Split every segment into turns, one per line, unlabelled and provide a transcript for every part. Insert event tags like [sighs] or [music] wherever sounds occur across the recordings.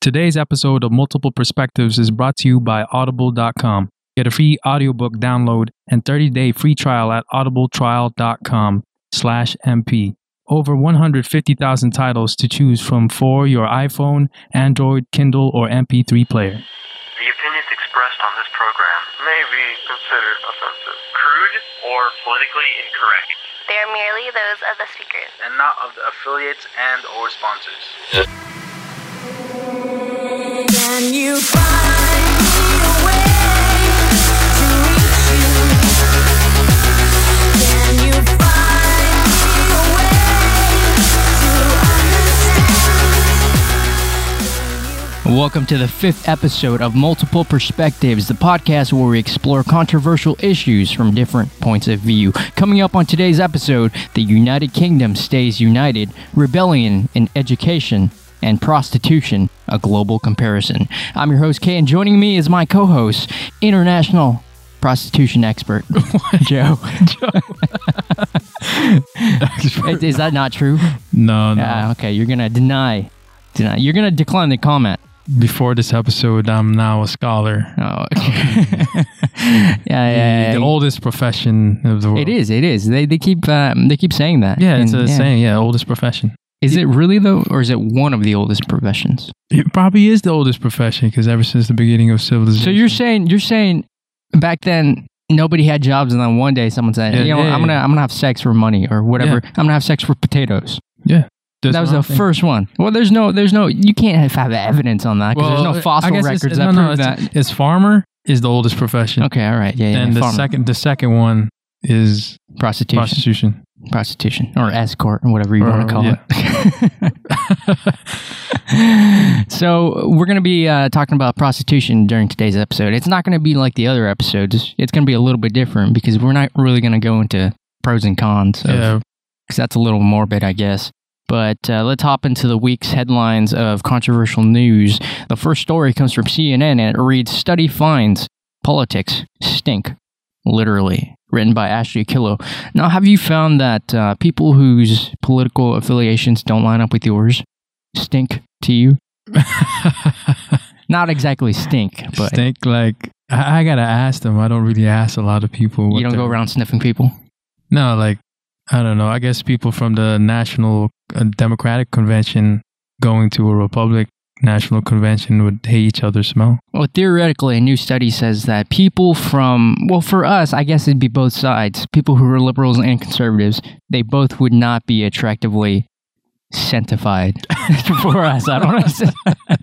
Today's episode of Multiple Perspectives is brought to you by Audible.com. Get a free audiobook download and 30-day free trial at audibletrial.com slash MP. Over 150,000 titles to choose from for your iPhone, Android, Kindle, or MP3 player.
The opinions expressed on this program may be considered offensive, crude, or politically incorrect,
They are merely those of the speakers.
and not of the affiliates and or sponsors.
Can you find me a way to reach you? Can you find me a way to understand?
Welcome to the fifth episode of Multiple Perspectives, the podcast where we explore controversial issues from different points of view. Coming up on today's episode, the United Kingdom stays united, rebellion in education, and prostitution, a global comparison. I'm your host, Kay, and joining me is my co host, international prostitution expert, Joe. [laughs] Is- Is that not true?
No, no.
Ah, okay, you're going to deny. Deny. You're going to decline the comment.
Before this episode, I'm now a scholar.
Oh, okay. yeah, yeah, yeah.
The oldest profession of the world.
It is. It is. They they keep um, they keep saying that.
Yeah, it's
And,
a saying. Yeah, oldest profession.
Is it really though, or is it one of the oldest professions?
It probably is the oldest profession because ever since the beginning of civilization.
So you're saying you're saying back then nobody had jobs, and then one day someone said,
Yeah,
you know,
yeah,
I'm gonna
yeah.
I'm gonna have sex for money or whatever. I'm gonna have sex for potatoes.
yeah. That's
that was
what
the
I'm thinking.
first one. Well, there's no there's no you can't have, have evidence on that because
Well,
there's no
I
fossil
guess
records
it's,
that
no,
prove
no,
that.
it's, It's farmer is the oldest profession.
okay, all right, yeah, yeah.
and the
farmer.
second, the second one is
prostitution,
prostitution.
prostitution, or escort, or whatever you
Or-
want to call it. [laughs] so we're going to be uh, talking about prostitution during today's episode. It's not going to be like the other episodes. It's going to be a little bit different because we're not really going to go into pros and cons.
[laughs]
Of,
yeah,
because that's a little morbid, I guess. But uh, let's hop into the week's headlines of controversial news. The first story comes from CNN and it reads Study finds politics stink, literally. Written by Ashley Killow. Now, have you found that uh, people whose political affiliations don't line up with yours stink to you? Not exactly stink, but
stink like I, I gotta ask them. I don't really ask a lot of people. what
you don't go
their-
around sniffing people.
No, like I don't know. I guess people from the National uh, Democratic Convention going to a Republic National Convention would hate each other's smell.
Well, theoretically, a new study says that people from, well, for us, I guess it'd be both sides. People who are liberals and conservatives, they both would not be attractively sanctified [laughs] for us. I [laughs] don't know.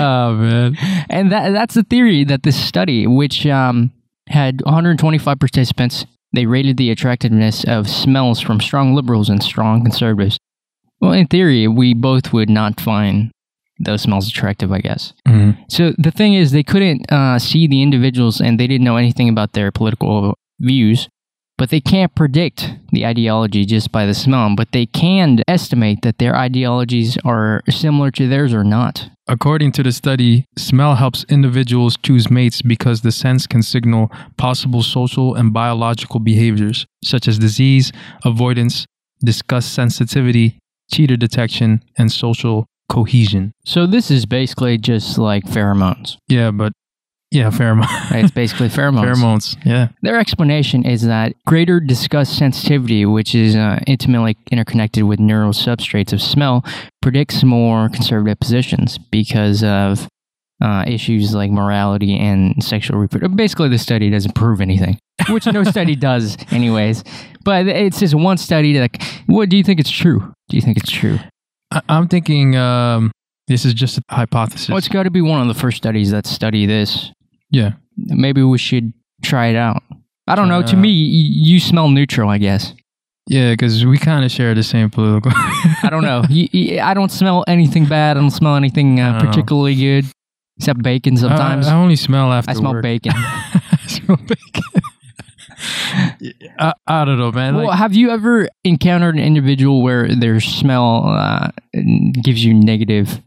oh man.
and that, that's the theory that this study, which um, had 125 participants, they rated the attractiveness of smells from strong liberals and strong conservatives. Well, in theory, we both would not find those smells attractive, I guess.
Mhm.
So the thing is, they couldn't uh, see the individuals and they didn't know anything about their political views, but they can't predict the ideology just by the smell, but they can estimate that their ideologies are similar to theirs or not.
According to the study, smell helps individuals choose mates because the sense can signal possible social and biological behaviors such as disease, avoidance, disgust sensitivity, cheater detection, and social cohesion.
So this is basically just like pheromones.
Yeah, but yeah, pheromone.
Right? It's basically [laughs] pheromones.
Pheromones. Yeah.
Their explanation is that greater disgust sensitivity, which is uh, intimately interconnected with neural substrates of smell, predicts more conservative positions because of uh, issues like morality and sexual reproduction. Basically, the study doesn't prove anything, which no study does, anyways. But it's just one study. That, what do you think? It's true? Do you think it's true?
I- I'm thinking um, this is just a hypothesis.
Well, it's got to be one of the first studies that study this.
yeah.
Maybe we should try it out. I don't know. To
Uh,
me, y- you smell neutral, I guess.
Yeah, because we kind of share the same political.
I don't know. You, you, I don't smell anything bad. I don't smell anything
I
uh,
don't know.
particularly good, except bacon sometimes.
[laughs] I, I only smell after
I smell
work.
bacon.
I smell bacon. [laughs] I, [laughs] I don't know, man.
well,
Like,
have you ever encountered an individual where their smell uh, gives you negative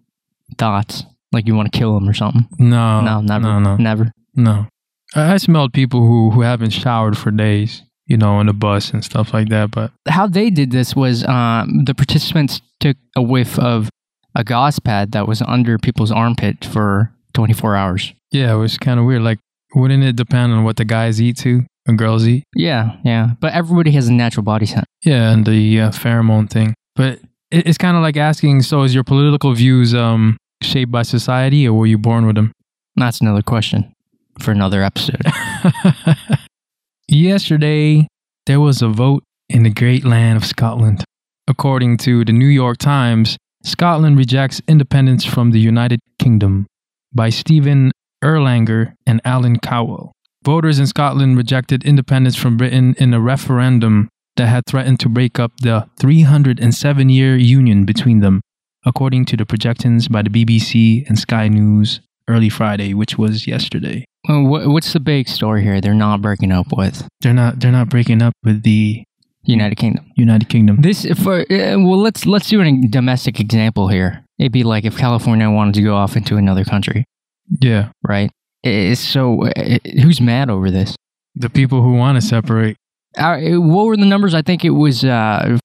thoughts, like you want to kill them or something?
no,
no, never,
no, no,
never.
no. I, I smelled people who who haven't showered for days, you know, on the bus and stuff like that. But
How they did this was um, the participants took a whiff of a gauze pad that was under people's armpit for 24 hours.
Yeah, it was kind of weird. Like, wouldn't it depend on what the guys eat too and girls eat?
Yeah, yeah. But everybody has a natural body scent.
Yeah, and the uh, pheromone thing. But it, it's kind of like asking, so is your political views um, shaped by society, or were you born with them?
That's another question for another episode.
[laughs] Yesterday, there was a vote in the great land of Scotland. According to the New York Times, Scotland rejects independence from the United Kingdom by Stephen Erlanger and Alan Cowell. Voters in Scotland rejected independence from Britain in a referendum that had threatened to break up the 307 year union between them, according to the projections by the BBC and Sky News early Friday, which was yesterday.
Uh, wha- What's the big story here? They're not breaking up with
They're not they're not breaking up with the
United Kingdom.
United Kingdom.
This for uh, well, let's let's do a domestic example here. It'd be like if California wanted to go off into another country,
Yeah.
right? Uh, so uh, who's mad over this?
The people who want to separate.
Uh, what were the numbers? I think it was uh,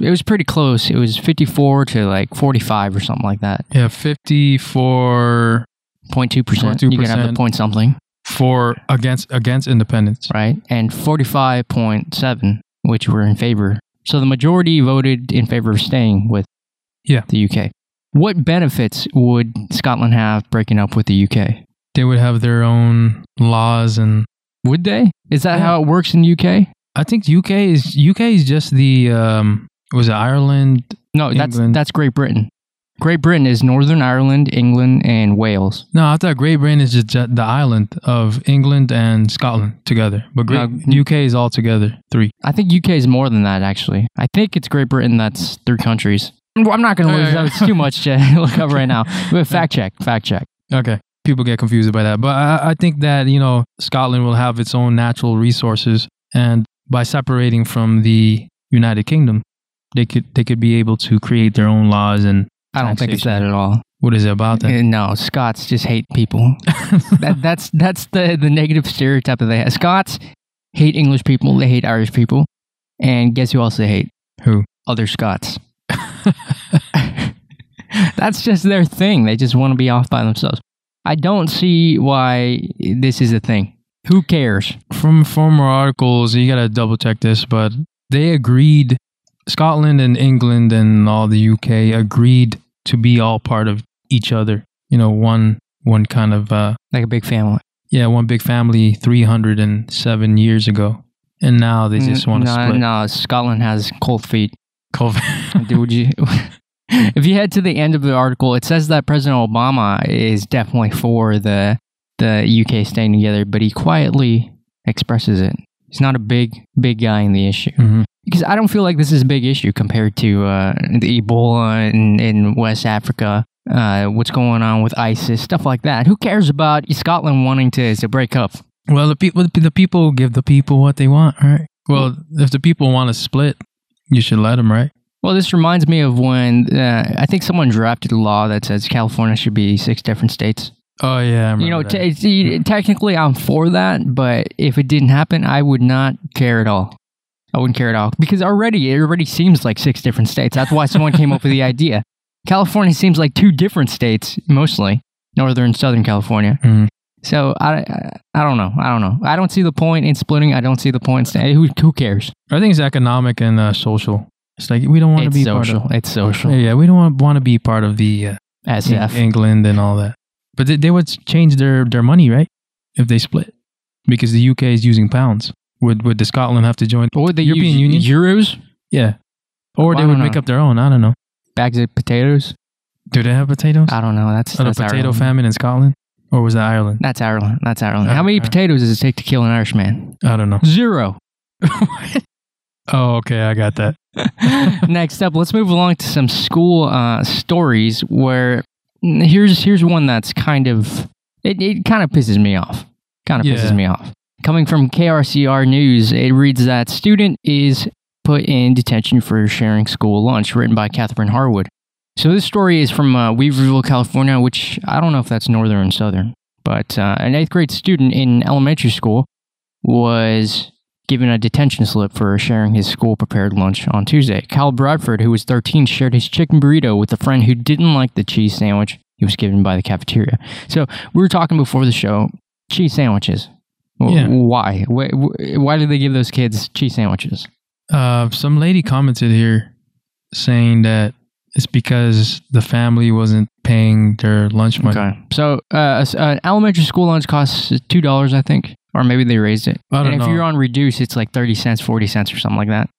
it was pretty close. It was fifty four to like forty five or something like that.
Yeah, 54
Point two percent. You gotta have the
0.2%.
point something,
for against against independence.
right? And forty five point seven, which were in favor. So the majority voted in favor of staying with
Yeah.
the UK. What benefits would Scotland have breaking up with the UK?
They would have their own laws and
Would they? Is that
Yeah.
how it works in the UK?
I think UK is UK is just the um was it Ireland?
No, that's
England.
that's Great Britain. Great Britain is Northern Ireland, England, and Wales.
No, I thought Great Britain is just ju- the island of England and Scotland together. But Great,
No.
UK is all together [laughs] three.
I think UK is more than that, actually. I think it's Great Britain that's three countries. Well, I'm not going to
Yeah,
lose
yeah,
that.
yeah.
It's too much to [laughs] look up right now.
[laughs]
But fact check, fact check.
Okay. People get confused by that. But I, I think that, you know, Scotland will have its own natural resources and by separating from the United Kingdom, they could they could be able to create their own laws and
I don't think it's that at all.
what is it about that?
Uh, No, Scots just hate
[laughs]
people. that, that's that's the, the negative stereotype that they have. Scots hate English people. They hate Irish people. And guess who else they hate?
Who?
other Scots. [laughs] That's just their thing. They just want to be off by themselves. I don't see why this is a thing. Who cares?
From former articles, you gotta double check this, but they agreed Scotland and England and all the UK agreed to be all part of each other. You know, one one kind of uh
Like a big family.
yeah, one big family three hundred and seven years ago. And now they just want to
no,
split.
No, Scotland has cold feet.
COVID. [laughs]
Dude, would you? [laughs] if you head to the end of the article, it says that President Obama is definitely for the the UK staying together, but he quietly expresses it. He's not a big big guy in the issue.
Mhm.
because I don't feel like this is a big issue compared to uh, the Ebola in, in West Africa, uh, what's going on with ISIS, stuff like that. Who cares about Scotland wanting to, to break up?
Well, the people, the people give the people what they want, right? Well, if the people want to split, you should let them, right?
Well, this reminds me of when uh, I think someone drafted a law that says California should be six different states.
Oh yeah, I
You know,
remember
t-
that.
it's- e- technically I'm for that, but if it didn't happen, I would not care at all. I wouldn't care at all because already it already seems like six different states. That's why someone came up with
[laughs]
the idea. California seems like two different states mostly, northern and southern California.
Mhm.
So I, I, I don't know. I don't know. I don't see the point in splitting. I don't see the point in staying. Who, who cares?
I think it's economic and uh, social. It's like we don't want to
it's
be
social.
part
it's
of.
social.
Yeah, we don't want to be part of the uh,
SF.
Eng- England and all that. But they, they would change their, their money, right? If they split, because the UK is using pounds. Would would the Scotland have to join?
Or the
European Union?
Euros,
Yeah, or
Well,
they
I
would
don't
make
know.
up their own. I don't know.
bags of potatoes.
Do they have potatoes?
I don't know. That's,
Or the
Ah, that's
potato
Ireland.
famine in Scotland, or was that Ireland?
That's Ireland. That's Ireland.
Okay,
How many
alright.
potatoes does it take to kill an Irishman?
I
[laughs]
don't know. [laughs]
Zero.
Oh, okay, I got that.
[laughs] Next up, let's move along to some school uh, stories. Where here's here's one that's kind of it, it kind of pisses me off. Kind of
Yeah.
pisses me off. Coming from KRCR News, it reads that student is put in detention for sharing school lunch. Written by Catherine Harwood. So this story is from uh, Weaverville, California, which I don't know if that's northern and southern, but uh, an eighth grade student in elementary school was given a detention slip for sharing his school prepared lunch on Tuesday. Kyle Bradford, who was 13, shared his chicken burrito with a friend who didn't like the cheese sandwich he was given by the cafeteria. So we were talking before the show cheese sandwiches. W-
Yeah.
Why? Why? Why did they give those kids cheese sandwiches?
Uh, some lady commented here saying that it's because the family wasn't paying their lunch money.
Okay. So uh, a s- an elementary school lunch costs two dollars, I think, or maybe they raised it.
I don't
and if
know.
you're on reduce, it's like thirty cents, forty cents, or something like that.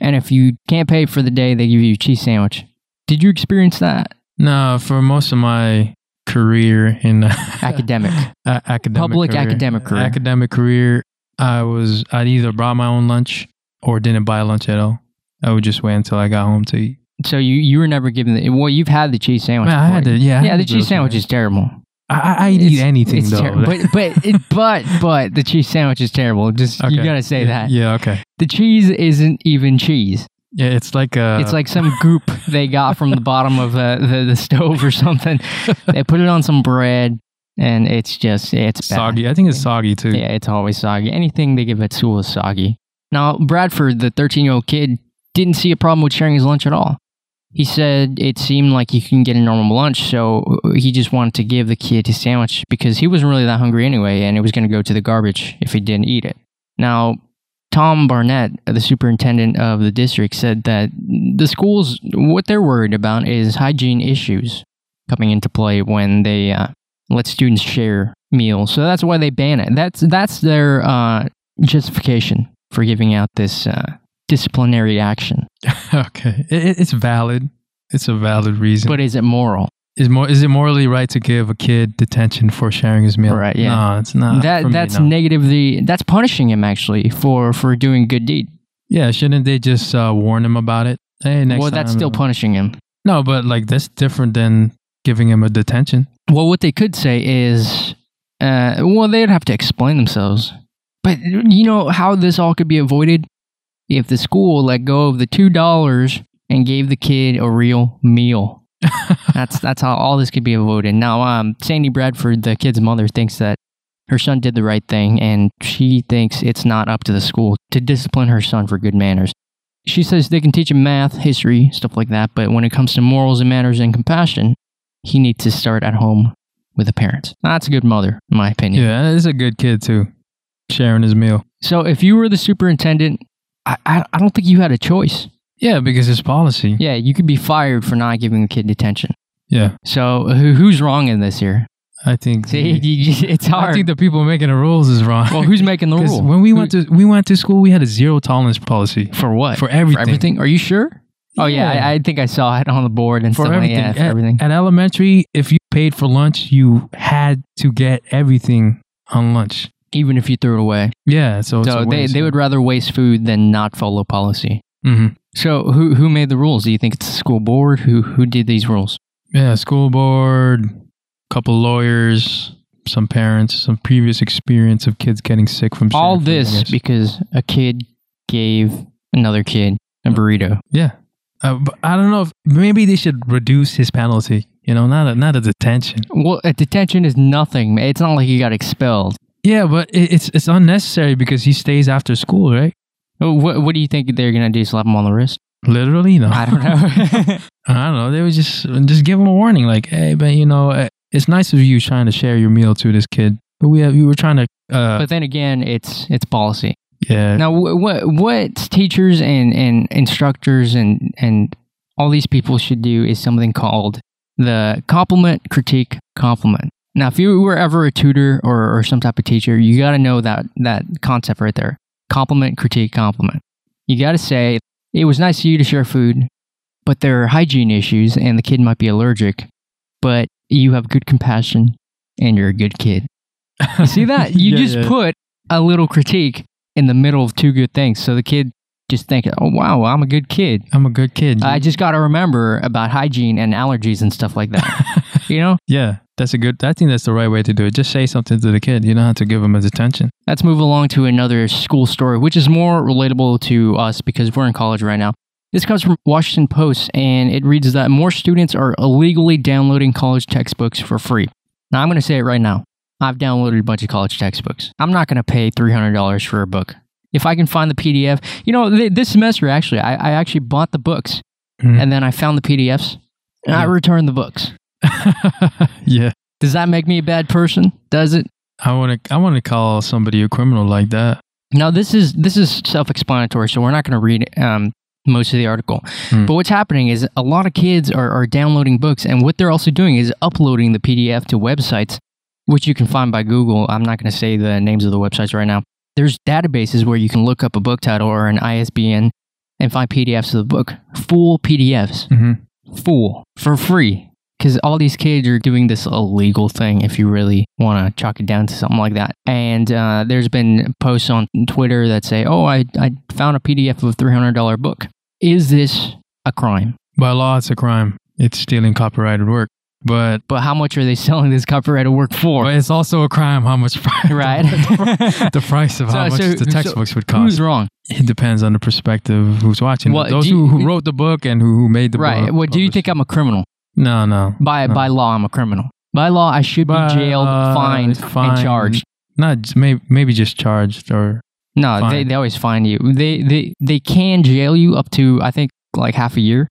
And if you can't pay for the day, they give you a cheese sandwich. Did you experience that?
No, for most of my career in [laughs]
Academic.
a- academic
Public
career.
academic career.
academic career, I was I either brought my own lunch or didn't buy lunch at all. I would just wait until I got home to eat.
so you you were never given the well. You've had the cheese sandwich.
Man, I had
before.
to, yeah, I
yeah,
had
the
to
cheese
do it.
sandwich is terrible.
I, I I'd eat
It's-
anything
it's
though.
terrible.
[laughs]
but but it, but but the cheese sandwich is terrible. Just you
Okay.
gotta say that
Yeah, okay.
the cheese isn't even cheese.
Yeah, it's like uh [laughs]
It's like some goop they got from the bottom of the, the, the stove or something. They put it on some bread, and it's just it's bad.
soggy. I think it's soggy too.
Yeah, it's always soggy. Anything they give at school is soggy. Now Bradford, the 13 year old kid, didn't see a problem with sharing his lunch at all. He said it seemed like he can get a normal lunch, so uh, he just wanted to give the kid his sandwich because he wasn't really that hungry anyway, and it was going to go to the garbage if he didn't eat it. Now, Tom Barnett, the superintendent of the district, said that the schools, what they're worried about is hygiene issues coming into play when they uh, let students share meals. So that's why they ban it. That's, that's their uh, justification for giving out this uh, disciplinary action.
[laughs] okay. It, it- it's valid. It's a valid reason.
But is it moral?
is more is it morally right to give a kid detention for sharing his meal?
Right, yeah.
No, it's not.
that
for Uh, me,
that's
no.
negatively that's punishing him actually for for doing good deed.
Yeah, shouldn't they just uh, warn him about it? Hey, next
well, that's
time- uh,
still punishing him.
No, but like that's different than giving him a detention.
Well, what they could say is, uh, well, they'd have to explain themselves. But you know how this all could be avoided if the school let go of the two dollars and gave the kid a real meal. that's that's how all this could be avoided. Now, um, Sandy Bradford, the kid's mother, thinks that her son did the right thing, and she thinks it's not up to the school to discipline her son for good manners. She says they can teach him math, history, stuff like that, but when it comes to morals and manners and compassion, he needs to start at home with the parents. That's a good mother, in my opinion.
Yeah, it's a good kid too, sharing his meal.
So if you were the superintendent, I, I, I don't think you had a choice.
Yeah, because it's policy.
Yeah, you could be fired for not giving the kid detention.
Yeah,
So who, who's wrong in this here?
I think.
See,
the-
you- you- it's
I
hard.
think the people making the rules is wrong. [laughs]
well, who's [laughs] making the
'Cause
rule?
When we went to we went to school, we had a zero tolerance policy
for what?
for everything.
For everything? Are you sure? Oh yeah,
Yeah.
I, I think I saw it on the board and
For
stuff like
everything.
that. For
At-
everything. eh,
At elementary, if you paid for lunch, you had to get everything on lunch.
Even if you threw it away.
Yeah, so it's
So
a
they,
waste.
they would rather waste food than not follow policy.
Mhm.
So who who made the rules? Do you think it's the school board? Who who did these rules?
Yeah, school board, couple lawyers, some parents, some previous experience of kids getting sick from
All
sharing food, I
this
guess.
because a kid gave another kid a burrito.
Yeah. Uh, but I don't know if maybe they should reduce his penalty. You know, not a, not a detention.
Well, a detention is nothing. man. It's not like he got expelled.
Yeah, but it, it's it's unnecessary because he stays after school, right?
Oh, What what do you think they're gonna do? Slap him on the wrist?
Literally, no.
I don't know. [laughs]
I don't know. They would just just give him a warning, like, hey, but you know, uh, it's nice of you trying to share your meal to this kid, but we have, we were trying to, uh,
but then again, it's it's policy.
[laughs] yeah,
[laughs] Now, wh- what what teachers and, and instructors and and all these people should do is something called the compliment, critique, compliment. Now, if you were ever a tutor or, or some type of teacher, you got to know that that concept right there: compliment, critique, compliment. You got to say it was nice of you to share food, but there are hygiene issues, and the kid might be allergic, but you have good compassion, and you're a good kid.
[laughs]
You see that? You
Yeah,
just
yeah.
put a little critique in the middle of two good things. So the kid just thinking, oh, wow, I'm a good kid.
I'm a good kid.
I just got to remember about hygiene and allergies and stuff like that. you know,
[laughs] yeah, that's a good. I think that's the right way to do it. Just say something to the kid. You don't have to give him his attention. [laughs]
let's move along to another school story, which is more relatable to us because we're in college right now. This comes from Washington Post, and it reads that more students are illegally downloading college textbooks for free. Now, I'm going to say it right now. I've downloaded a bunch of college textbooks. I'm not going to pay $300 for a book. If I can find the PDF, you know, th- this semester actually, I, I actually bought the books
Mhm.
and then I found the PDFs and I
Yeah.
returned the books.
yeah.
Does that make me a bad person? Does it?
I want to I want to call somebody a criminal like that.
Now this is this is self-explanatory, so we're not going to read um, most of the article.
Hmm.
But what's happening is a lot of kids are, are downloading books, and what they're also doing is uploading the PDF to websites, which you can find by Google. I'm not going to say the names of the websites right now. There's databases where you can look up a book title or an ISBN and find PDFs of the book, full PDFs,
Mhm.
full for free. Because all these kids are doing this illegal thing if you really want to chalk it down to something like that. And uh, there's been posts on Twitter that say, oh, I, I found a PDF of a $300 book. Is this a crime?
By law, it's a crime. It's stealing copyrighted work, but
But how much are they [laughs] selling this copyrighted work for?
but it's also a crime how much
[laughs]
[laughs]
Right? [laughs]
the price of how
So-
much
so-
the
so
textbooks would
Who's
cost.
wrong?
It depends on the perspective of who's watching.
Well,
Those
do you-
who, who wrote the book and who, who made the book.
Right. Well, do you think I'm a criminal?
No, no.
By
No.
by law, I'm a criminal. By law, I should be
By,
jailed,
uh,
fined, and
fined.
charged.
Not maybe maybe just charged or
No, they,
Fine.
they always fine you. They they they can jail you up to I think like half a year,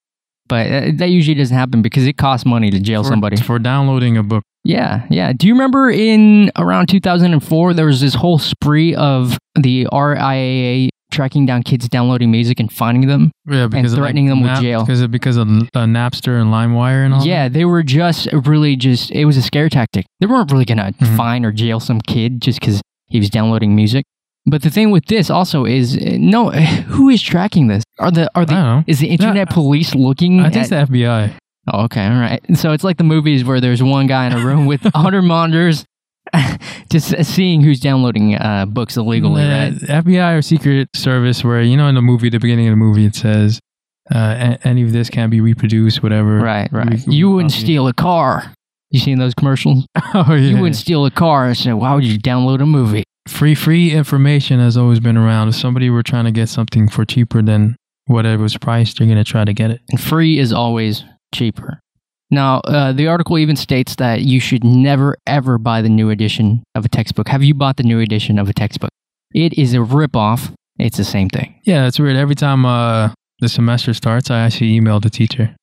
but uh, that usually doesn't happen because it costs money to jail
for,
somebody.
for downloading a book.
Yeah, yeah. Do you remember in around 2004 there was this whole spree of the RIAA tracking down kids downloading music and finding them?
Yeah, because of,
threatening
like,
them with jail.
because of, because of uh, Napster and LimeWire and all. that?
Yeah, they were just really just it was a scare tactic. They weren't really gonna
Mhm.
fine or jail some kid just because he was downloading music. But the thing with this also is uh, no, [sighs] who is tracking this? Are the are
I
the
don't know.
is the internet
Yeah, I-
police looking?
I think it's
at-
the FBI.
Oh, okay, all right. So it's like the movies where there's one guy in a room
[laughs]
with hundred monitors, [laughs] just seeing who's downloading uh, books illegally,
Uh,
right?
FBI or Secret Service, where you know in the movie, the beginning of the movie, it says uh, a- any of this can be reproduced, whatever.
Right, right.
we-
You wouldn't
we-
steal a car. You seen those commercials?
[laughs] oh yeah.
You wouldn't steal a car, so why would you download a movie?
free free information has always been around. If somebody were trying to get something for cheaper than whatever was priced, they're gonna try to get it.
and free is always cheaper. Now, uh, the article even states that you should never ever buy the new edition of a textbook. Have you bought the new edition of a textbook? It is a ripoff. It's the same thing.
Yeah, that's weird. Every time uh, the semester starts, I actually email the teacher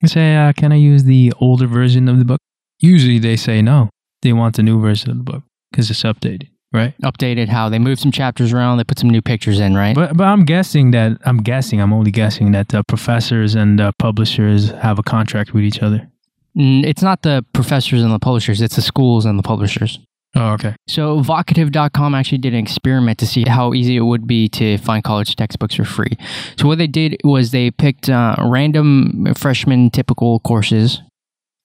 and say, uh, "Can I use the older version of the book?" Usually, they say no. They want the new version of the book because it's updated, right?
Updated how they moved some chapters around, they put some new pictures in, right?
But but I'm guessing that I'm guessing I'm only guessing that the professors and the publishers have a contract with each other.
Mm, it's not the professors and the publishers, it's the schools and the publishers.
Oh, okay.
So, vocative.com actually did an experiment to see how easy it would be to find college textbooks for free. So, what they did was they picked uh, random freshman typical courses,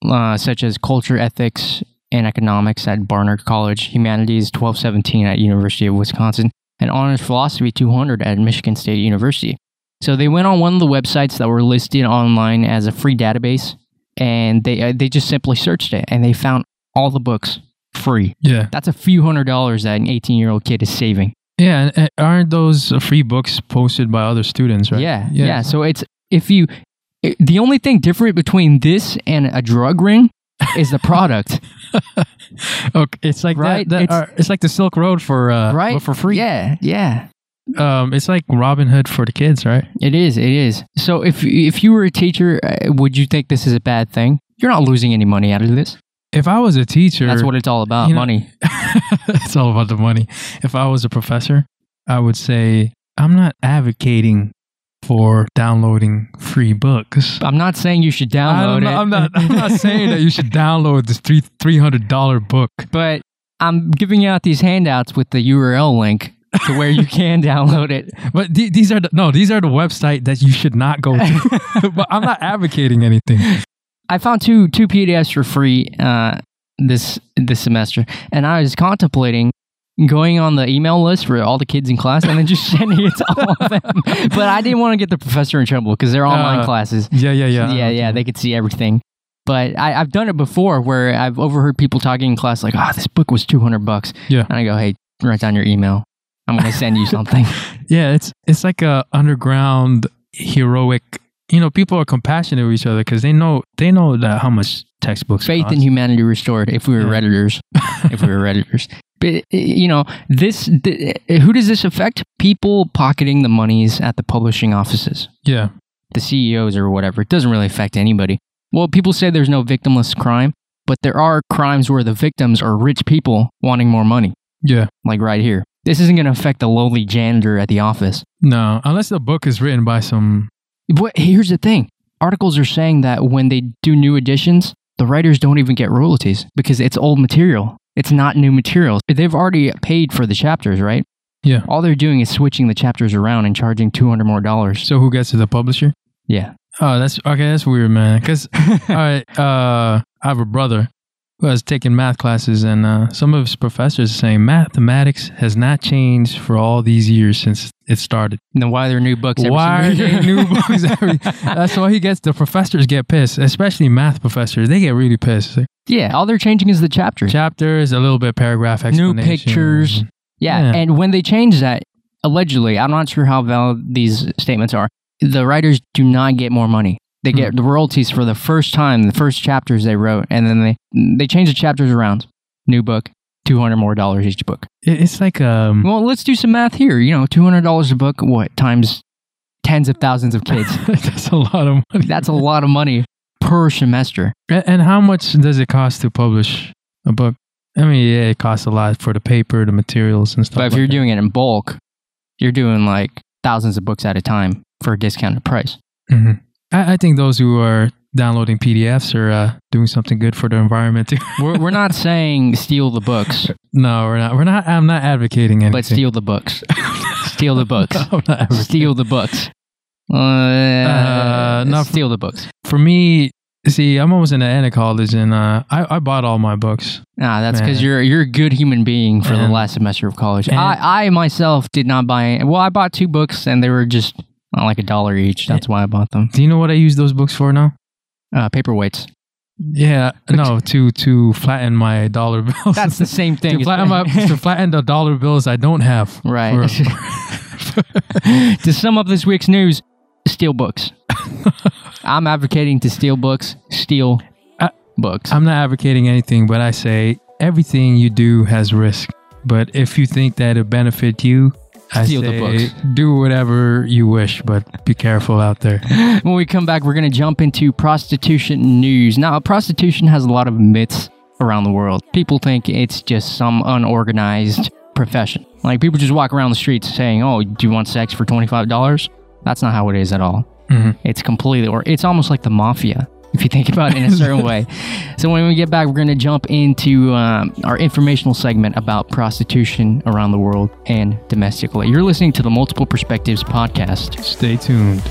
uh, such as culture, ethics, and economics at Barnard College, humanities 1217 at University of Wisconsin, and honors philosophy 200 at Michigan State University. So, they went on one of the websites that were listed online as a free database, and they uh, they just simply searched it, and they found all the books free.
Yeah.
That's a few hundred dollars that an 18 year old kid is saving.
Yeah. and- And aren't those uh, free books posted by other students, right?
Yeah, yeah. So it's if you, it- the only thing different between this and a drug ring is the product,
[laughs] Okay. It's like
Right,
that. that
it's-
it's, it's like the Silk Road for [laughs] uh,
right?
but for free.
Yeah, yeah.
Um, it's like Robin Hood for the kids, right?
It is. It is. So if if you were a teacher, uh, would you think this is a bad thing? You're not losing any money out of this.
If I was a teacher,
That's
[laughs]
what it's all about,
You know-
money.
it's all about the money. If I was a professor, I would say I'm not advocating for downloading free books.
I'm not saying you should
I
download
don't know-
it.
I'm
[laughs]
not. I'm not saying that you should download this three three hundred dollar book.
but I'm giving out these handouts with the URL link to where you can [laughs] download it.
But the- these are the, no. These are the website that you should not go
[laughs]
to. [laughs] but I'm not advocating anything.
I found two two PDFs for free uh, this this semester, and I was contemplating going on the email list for all the kids in class and then just [laughs] sending it to all of them. [laughs] But I didn't want to get the professor in trouble because they're online
Uh,
classes.
Yeah, yeah, yeah. I
Yeah,
know
yeah,
what you mean.
they could see everything. But I, I've done it before where I've overheard people talking in class like, "Oh, this book was two hundred bucks,"
Yeah.
and I go, "Hey, write down your email. I'm gonna send
[laughs]
you something."
yeah. It's it's like a underground heroic. You know, people are compassionate with each other because they know they know that how much textbooks
Faith
cost.
in humanity restored. If we were
Yeah.
redditors, if we were redditors, but, uh, you know, this th- uh, who does this affect? People pocketing the monies at the publishing offices,
Yeah.
the CEOs or whatever. It doesn't really affect anybody. Well, people say there's no victimless crime, but there are crimes where the victims are rich people wanting more money,
Yeah.
like right here. This isn't going to affect the lowly janitor at the office.
No, unless the book is written by some.
But here's the thing articles are saying that when they do new editions, the writers don't even get royalties because it's old material. It's not new material. They've already paid for the chapters, right?
Yeah.
All they're doing is switching the chapters around and charging 200 more dollars.
So who gets it? The publisher?
Yeah.
Oh, that's okay. That's weird, man.
[laughs]
Because all right, uh, I have a brother who has taken math classes, and uh, some of his professors are saying mathematics has not changed for all these years since it started.
then why are there new books every
Why are
single year?
there
[laughs]
new books? Every, that's why he gets the professors get pissed, especially math professors. They get really pissed. Like,
yeah, all they're changing is the chapters.
chapters, a little bit paragraph
new
explanation.
pictures. Yeah.
Yeah.
and when they change that, allegedly, I'm not sure how valid these statements are. The writers do not get more money. They
Hmm.
get the royalties for the first time, the first chapters they wrote, and then they they change the chapters around. New book, two hundred more dollars each book.
It- it's like um.
Well, let's do some math here. You know, two hundred dollars a book, what times tens of thousands
[laughs]
of kids?
[laughs]
[laughs]
that's a lot of money.
That's a lot of money per semester.
A- And how much does it cost to publish a book? I mean, yeah, it costs a lot for the paper, the materials, and stuff.
But if
like
you're
that.
doing it in bulk, you're doing like thousands of books at a time for a discounted price.
Mhm. I, I think those who are downloading PDFs are uh, doing something good for the environment. Too. [laughs]
We're, we're not [laughs] saying steal the books,
no, we're not. We're not. I'm not advocating anything.
but steal the [laughs] books.
[laughs]
steal the books.
I'm not advocating.
Steal the books. Uh,
not-
steal the books.
For me, see, I'm almost in the end of college, and uh, I, I bought all my books.
Ah, that's
Man.
because you're you're a good human being for the
And-
last semester of college.
and-
I, I myself did not buy. Well, I bought two books and they were just uh, like a dollar each. That's why I bought them.
Do you know what I use those books for now?
Uh, paperweights.
Yeah, no, to to flatten my dollar [laughs] bills.
That's the [laughs] same thing.
to flatten my, to flatten the dollar bills I don't have.
Right.
For- [laughs]
[laughs] to sum up this week's news, steal [laughs] books. I'm advocating to steal books. Steal
I-
books.
I'm not advocating anything, but I say everything you do has risk. But if you think that it benefit you, I
Steal the
say
books.
do whatever you wish, but be careful out
[laughs]
there.
when we come back, we're going to jump into prostitution news. Now, prostitution has a lot of myths around the world. People think it's just some unorganized profession. Like people just walk around the streets saying, "Oh, do you want sex for $25?" That's not how it is at all. It's completely or it's almost like the mafia if you think about it in a certain way. So when we get back, we're going to jump into um, our informational segment about prostitution around the world and domestically. You're listening to the Multiple Perspectives podcast.
Stay tuned.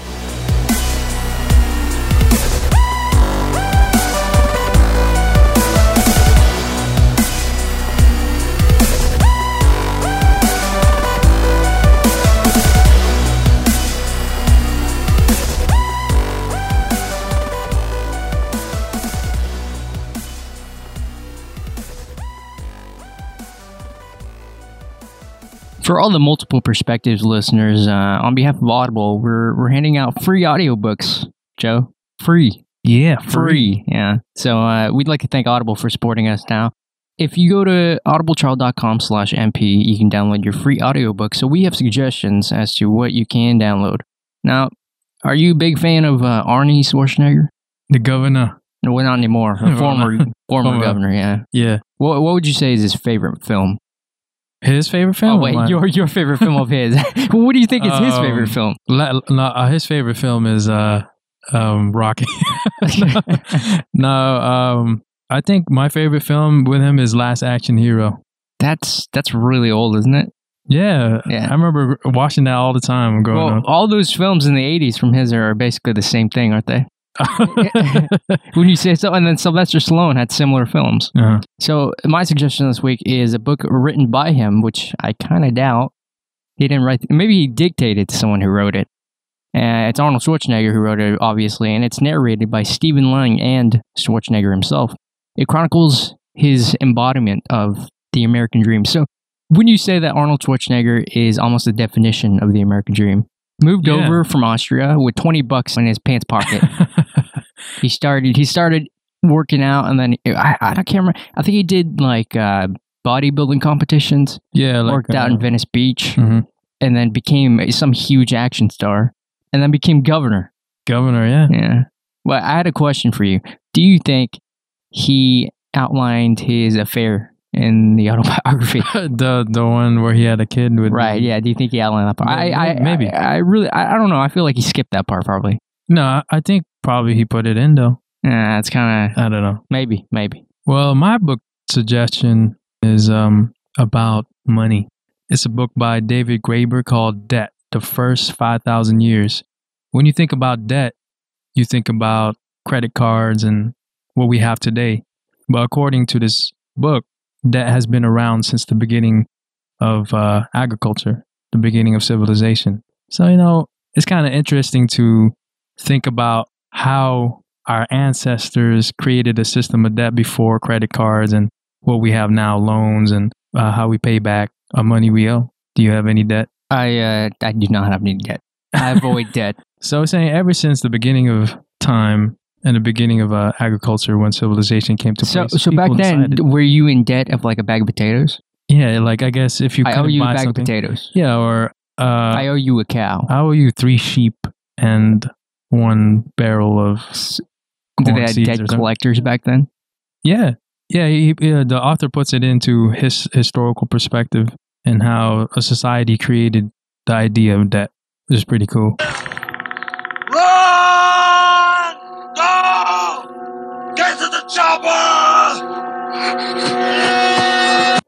For all the multiple perspectives listeners, uh, on behalf of Audible, we're, we're handing out free audiobooks, Joe. Free.
Yeah,
Free. Yeah. So uh, we'd like to thank Audible for supporting us now. If you go to audibletrial.com slash MP, you can download your free audiobook. So we have suggestions as to what you can download. Now, are you a big fan of uh, Arnie Schwarzenegger?
The governor.
No, well, not anymore.
[laughs]
A former, former
Former.
governor, yeah.
Yeah.
What, what would you say is his favorite film?
His favorite film.
oh, wait,
Like,
your, your favorite film of his. [laughs] what do you think is his
Um,
favorite film?
la- la- uh, his favorite film is uh, um,
[laughs]
Rocky. [laughs] no, um, I think my favorite film with him is Last Action Hero.
That's that's really old, isn't it?
Yeah,
Yeah.
I remember watching that all the time growing
well, all those films in the '80s from his era are basically the same thing, aren't they? [laughs]
up.
When you say so, and then Sylvester Stallone had similar films.
Uh-huh. [laughs]
So my suggestion this week is a book written by him, which I kind of doubt he didn't write. Maybe he dictated to someone who wrote it. Uh, it's Arnold Schwarzenegger who wrote it, obviously, and it's narrated by Stephen Lang and Schwarzenegger himself. It chronicles his embodiment of the American dream. So, when you say that Arnold Schwarzenegger is almost the definition of the American dream, moved
Yeah.
over from Austria with twenty bucks in his pants pocket, he started he started working out and then I, I don't can't remember I think he did like uh bodybuilding competitions,
Yeah, like,
worked out
uh,
in Venice Beach,
mhm.
and then became some huge action star, and then became governor.
Governor, yeah. [laughs]
Yeah. Well, I had a question for you. Do you think he outlined his affair in the
[laughs]
autobiography?
the the one where he had a kid with
right. Yeah. Do you think he outlined that part? I,
May-
I,
maybe.
I, I really, I, I don't know. I feel like he skipped that part probably.
No, I- I think probably he put it in though.
Yeah, it's kind of
I don't know.
maybe, maybe.
Well, my book suggestion is um about money. It's a book by David Graeber called Debt: The First 5,000 Years. When you think about debt, you think about credit cards and what we have today. But according to this book, debt has been around since the beginning of uh, agriculture, the beginning of civilization. So, you know, it's kind of interesting to think about how our ancestors created a system of debt before credit cards and what we have now loans and uh, how we pay back our money we owe. Do you have any debt?
I, uh, I do not have any debt. I avoid debt.
[laughs] So it's saying ever since the beginning of time and the beginning of uh, agriculture when civilization came to
So,
place.
so back
people
then,
decided-
were you in debt of like a bag of potatoes?
yeah, like I guess if you
I owe
couldn't
you a
buy
bag of
something,
potatoes.
yeah, or uh,
I
I,
owe you a cow.
owe you three sheep and one barrel of
S- Did
corn
they have
seeds or
debt
something.
collectors back then?
Yeah, yeah. He, he- yeah, the author puts it into his historical perspective and how a society created the idea of debt, which is pretty cool.
Run! No! Get to the chopper!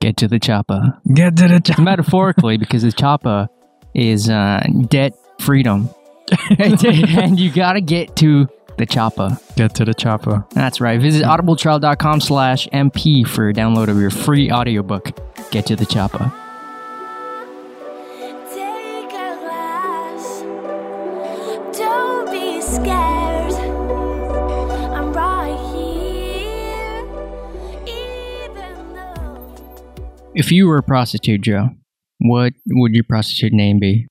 Get to the chopper.
Get to the job.
metaphorically because the choppa is uh, debt
[laughs]
freedom [laughs] and you gotta get to the choppa
Get to the chopper.
that's right visit
Mm.
audibletrial.com slash mp for a download of your free audiobook get to the choppa
Take a glass. Don't be scared. I'm right here. Even though.
if you were a prostitute joe what would your prostitute name be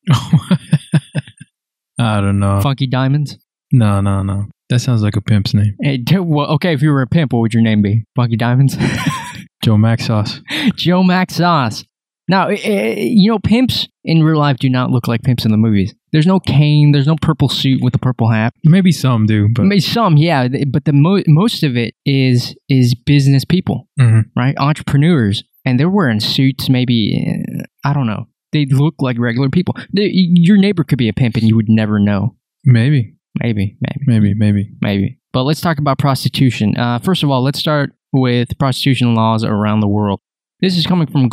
I don't know.
funky diamonds
No, no, no. That sounds like a pimp's name.
Hey, d- well, okay if you were a pimp what would your name be funky diamonds [laughs]
Joe Maxos.
joe max sauce now, eh, eh, you know, pimps in real life do not look like pimps in the movies. There's no cane. There's no purple suit with a purple hat.
Maybe some do, but
I mean, some, yeah, th- but the mo- most of it is is business people,
Mhm.
right? Entrepreneurs, and they're wearing suits. Maybe eh, I don't know. They look like regular people. They, your neighbor could be a pimp, and you would never know.
maybe,
Maybe, maybe,
maybe, maybe.
maybe. But let's talk about prostitution. Uh, first of all, let's start with prostitution laws around the world. This is coming from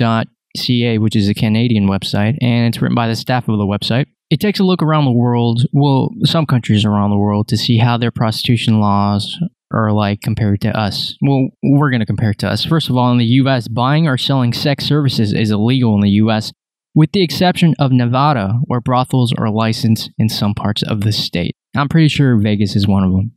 globalnews.ca, which is a Canadian website, and it's written by the staff of the website. It takes a look around the world, well, some countries around the world, to see how their prostitution laws are like compared to us. Well, we're going to compare it to us. First of all, in the U.S., buying or selling sex services is illegal in the U.S., with the exception of Nevada, where brothels are licensed in some parts of the state. I'm pretty sure Vegas is one of them.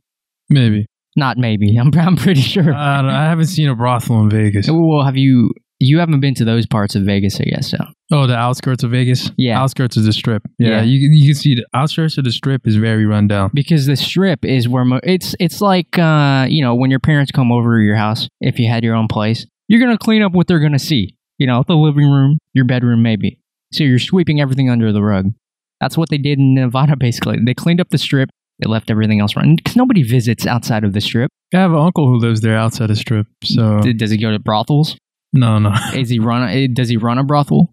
Maybe.
Not maybe. [laughs] I'm, I'm pretty sure.
I, don't know. I haven't seen a brothel in Vegas.
Well, have you? You haven't been to those parts of Vegas, I guess. So
Oh, the outskirts of Vegas?
Yeah.
Outskirts of the strip. Yeah.
Yeah.
You, you can see the outskirts of the strip is very rundown.
because the strip is where mo- it's it's like uh, you know when your parents come over to your house, if you had your own place, you're gonna clean up what they're gonna see. You know, the living room, your bedroom, maybe. So you're sweeping everything under the rug. That's what they did in Nevada. [laughs] Basically, they cleaned up the strip. They left everything else running because nobody visits outside of the strip.
I have an uncle who lives there outside the strip. So,
D- Does he go to brothels?
no, no.
Is he run? A, eh, does he run a brothel?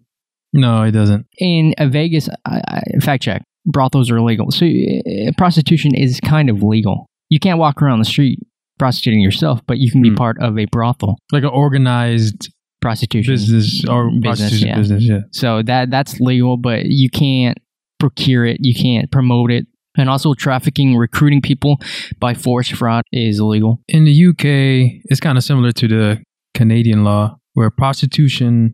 No, he doesn't.
in uh, Vegas, I, I, fact check, brothels are illegal. So uh, prostitution is kind of legal. You can't walk around the street prostituting yourself, but you can be
Hmm.
part of a brothel
Like an organized
prostitution.
business or
Business,
prostitution
yeah.
business. Yeah.
So that that's legal, but you can't procure it, you can't promote it. And also trafficking, recruiting people by force fraud is illegal.
In the UK, it's kind of similar to the Canadian law, where prostitution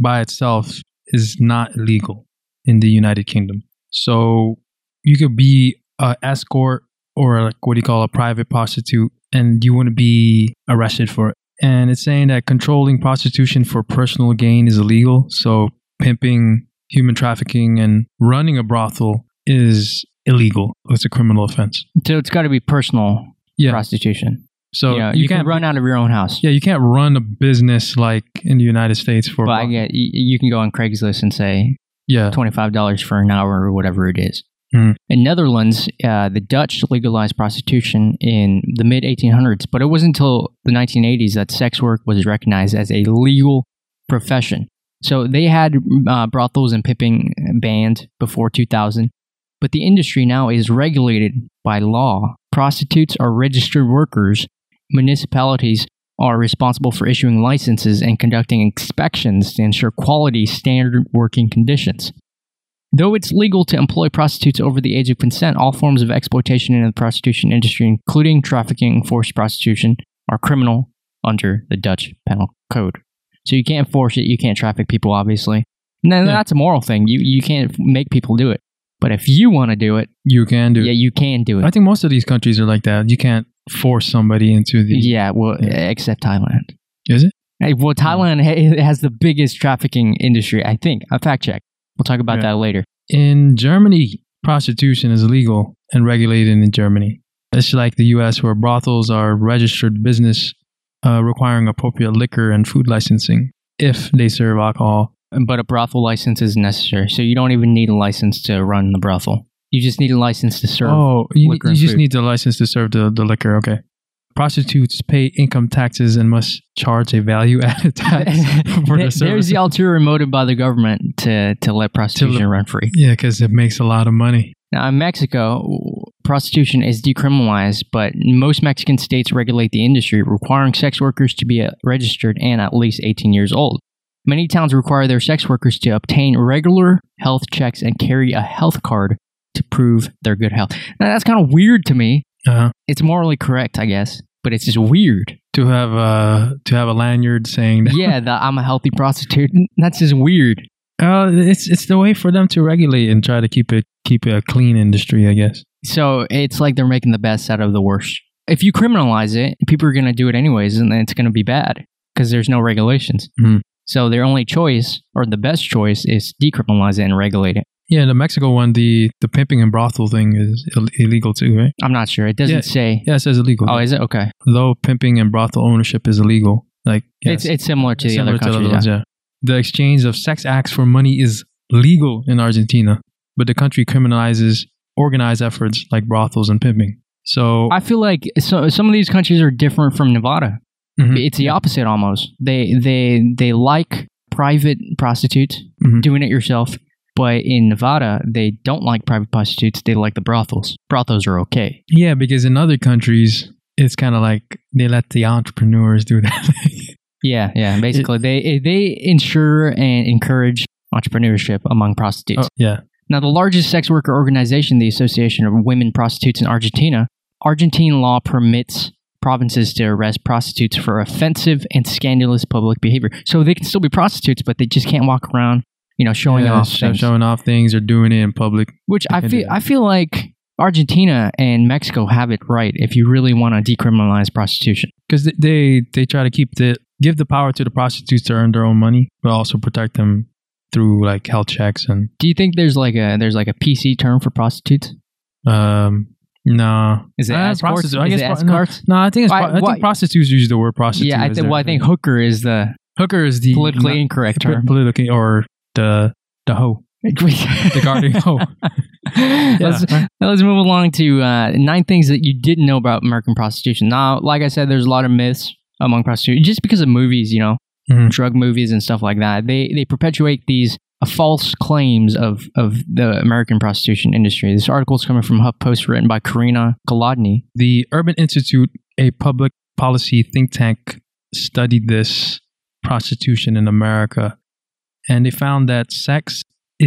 by itself is not legal in the United Kingdom. So you could be an escort or like what do you call a private prostitute, and you wouldn't be arrested for it. And it's saying that controlling prostitution for personal gain is illegal. So pimping, human trafficking, and running a brothel is illegal. It's a criminal offense.
So it's got to be personal
Yeah.
prostitution.
So
you know,
you,
you
can't
can run out of your own house.
Yeah, you can't run a business like in the United States for.
But I get, you, you can go on Craigslist and say
yeah,
$25 for an hour or whatever it is.
Hmm.
In Netherlands, uh, the Dutch legalized prostitution in the mid 1800s, but it wasn't until the 1980s that sex work was recognized as a legal profession. So they had uh, brothels and pimping banned before 2000, but the industry now is regulated by law. Prostitutes are registered workers. Municipalities are responsible for issuing licenses and conducting inspections to ensure quality standard working conditions. Though it's legal to employ prostitutes over the age of consent, all forms of exploitation in the prostitution industry, including trafficking and forced prostitution, are criminal under the Dutch Penal Code. So you can't force it. You can't traffic people, obviously. No,
Yeah.
that's a moral thing. You you can't make people do it. But if you want to do it,
you can do.
yeah, you can do
I
it.
think most of these countries are like that. You can't force somebody into the.
Yeah, well,
Yeah.
except Thailand.
Is it?
Hey, well, Thailand ha- has the biggest trafficking industry, I think. A fact check. We'll talk about
Yeah.
that later.
In Germany, prostitution is legal and regulated in Germany. It's like the U.S., where brothels are registered business uh, requiring appropriate liquor and food licensing if they serve alcohol.
But a brothel license is necessary, so you don't even need a license to run the brothel. You just need a license to serve. [laughs]
Oh, you,
liquor
you
and
just
food.
need the license to serve the, the liquor. Okay. Prostitutes pay income taxes and must charge a value [laughs] added tax for
[laughs] There-
the
There's
service.
the ulterior motive by the government to, to let prostitution run free.
yeah, because it makes a lot of money.
Now, in Mexico, prostitution is decriminalized, but most Mexican states regulate the industry, requiring sex workers to be uh, registered and at least 18 years old. Many towns require their sex workers to obtain regular health checks and carry a health card to prove their good health. Now, that's kind of weird to me.
Uh,
It's morally correct, I guess, but it's just weird.
to have uh, to have a lanyard saying that.
yeah, the, I'm a healthy prostitute. That's just weird.
Uh, it's it's the way for them to regulate and try to keep it keep it a clean industry, I guess.
So it's like they're making the best out of the worst. If you criminalize it, people are going to do it anyways, and then it's going to be bad because there's no regulations.
Mhm.
So their only choice, or the best choice, is decriminalize it and regulate it.
Yeah, the Mexico one, the the pimping and brothel thing is Ill- illegal too, right?
I'm not sure. It doesn't
Yeah.
say.
Yeah, it says illegal.
Oh, is it okay?
Though pimping and brothel ownership is illegal. Like yes,
It's it's similar to the
similar
other
to
countries.
ones,
yeah.
yeah. The exchange of sex acts for money is legal in Argentina, but the country criminalizes organized efforts like brothels and pimping. So
I feel like so, some of these countries are different from Nevada.
Mhm.
It's the opposite almost. They they they like private prostitutes
Mhm.
doing it yourself, but in Nevada they don't like private prostitutes. They like the brothels. Brothels are okay.
yeah, because in other countries it's kind of like they let the entrepreneurs do [laughs] that.
Yeah, yeah. Basically, they they ensure and encourage entrepreneurship among prostitutes.
Oh, yeah.
Now, the largest sex worker organization, the Association of Women Prostitutes in Argentina, Argentine law permits provinces to arrest prostitutes for offensive and scandalous public behavior. So they can still be prostitutes, but they just can't walk around, you know, showing
Yeah,
off
sh-
things.
showing off things or doing it in public.
Which I
can do
feel,
that.
I feel like Argentina and Mexico have it right if you really want to decriminalize prostitution.
because they they try to keep the give the power to the prostitutes to earn their own money, but also protect them through like health checks and
Do you think there's like a there's like a PC term for prostitutes?
um no
Is it
Uh,
escorts?
prostitute- I
Is
guess
it
pro-
escorts?
no I think it's
Why-
pro- I
why-
think prostitutes use the word prostitute.
Yeah, I
as
think.
their
Well, I think
thing.
hooker is the
hooker is the
politically
not- [laughs]
incorrect
po-
term.
politically or the the
[laughs]
hoe the
the
garden hoe.
[laughs] let's,
Yeah.
now let's move along to uh, nine things that you didn't know about American prostitution. Now, like I said, there's a lot of myths among prostitution just because of movies, you know,
Mhm.
drug movies and stuff like that. They they perpetuate these uh, false claims of of the American prostitution industry. This article is coming from HuffPost, written by Karina Golodny.
The Urban Institute, a public policy think tank, studied this prostitution in America. And they found that sex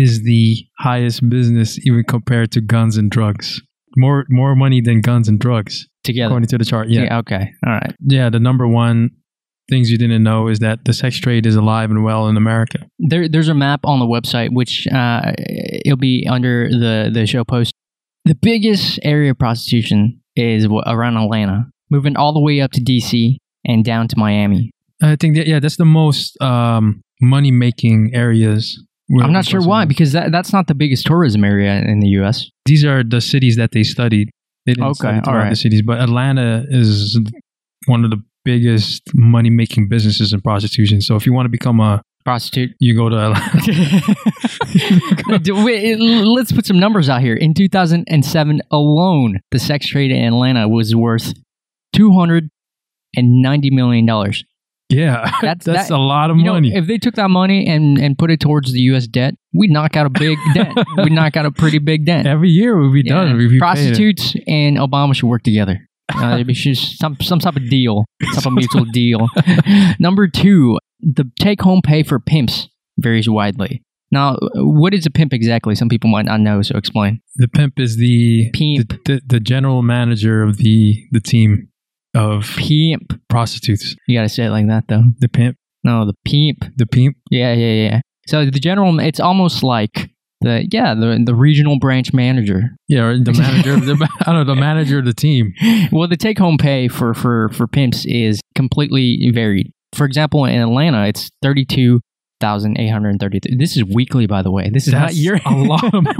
is the highest business even compared to guns and drugs. More more money than guns and drugs,
Together,
according to the chart. Yeah. yeah.
Okay. All right.
the number one things you didn't know is that the sex trade is alive and well in America.
There, there's a map on the website which uh, it'll be under the the show post. The biggest area of prostitution is wa- around Atlanta, moving all the way up to DC and down to Miami.
I think that yeah, that's the most um, money making areas. where-
I'm not sure why, because that, that's not the biggest tourism area in the U.S.
these are the cities that they studied. They didn't
Okay,
study
all
all right. the
right.
cities, but Atlanta is one of the biggest money making businesses in prostitution. So if you want to become a,
Prostitute. [laughs]
you go to
Do- wait, l- Let's put some numbers out here. In 2007 alone, the sex trade in Atlanta was worth 290 million dollars.
[laughs] yeah,
That's-
that's,
that-
a lot of
You know,
money.
if they took that money and and put it towards the U.S. debt, we'd knock out
[laughs]
a big dent. We'd knock out a pretty big dent.
Every year we'll be
Yeah.
done. We'll be paying it.
Prostitutes and Obama should
[laughs]
work together. Uh, it'd be just some some type of deal, some type
[laughs]
of mutual deal. Number two, the take home pay for pimps varies widely. Now, what is a pimp exactly? Some people might not know, so explain.
The pimp is the,
Pimp.
the the the general manager of the the team of
Pimp.
prostitutes.
You gotta say it like that though.
The pimp,
No, the pimp.
the pimp.
Yeah, yeah, yeah. So the general, it's almost like the yeah the the regional branch manager.
Yeah, or the manager. of
[laughs]
the, I don't know the manager of the team.
well, the take home pay for, for, for pimps is completely varied. For example, in Atlanta, it's thirty two thousand eight hundred thirty three. This is weekly, by the way. This is not
That's
your
a lot of money.
[laughs]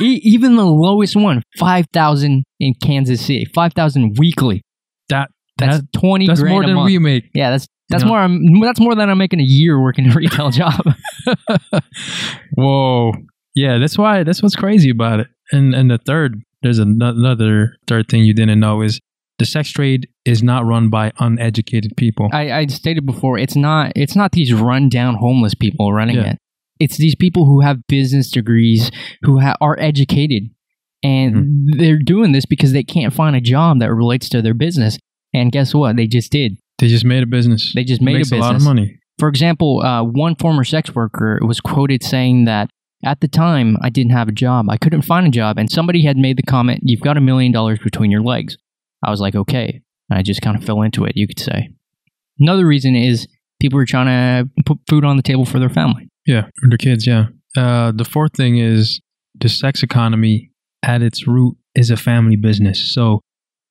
E- Even the lowest one, five thousand in Kansas City, five thousand weekly.
That
That's
that-
twenty.
that's
grand
more
a
than
month.
we make.
Yeah, that's that's
know.
more. I'm, that's more than I'm making a year working a retail [laughs] job.
[laughs] Whoa. Yeah, that's why that's what's crazy about it. And and the third, there's an- another third thing you didn't know is the sex trade is not run by uneducated people.
I, I stated before, it's not it's not these rundown homeless people running
Yeah.
it. It's these people who have business degrees who ha- are educated, and
Mm-hmm.
they're doing this because they can't find a job that relates to their business. And guess what? They just did.
they just made a business.
They just made
Makes
a business.
lot of money.
For example, uh, one former sex worker was quoted saying that at the time I didn't have a job. I couldn't find a job, and somebody had made the comment, "You've got a million dollars between your legs." I was like, "Okay," and I just kind of fell into it. You could say. Another reason is people are trying to put food on the table for their family.
Yeah, for the kids. Yeah. Uh, the fourth thing is the sex economy at its root is a family business. So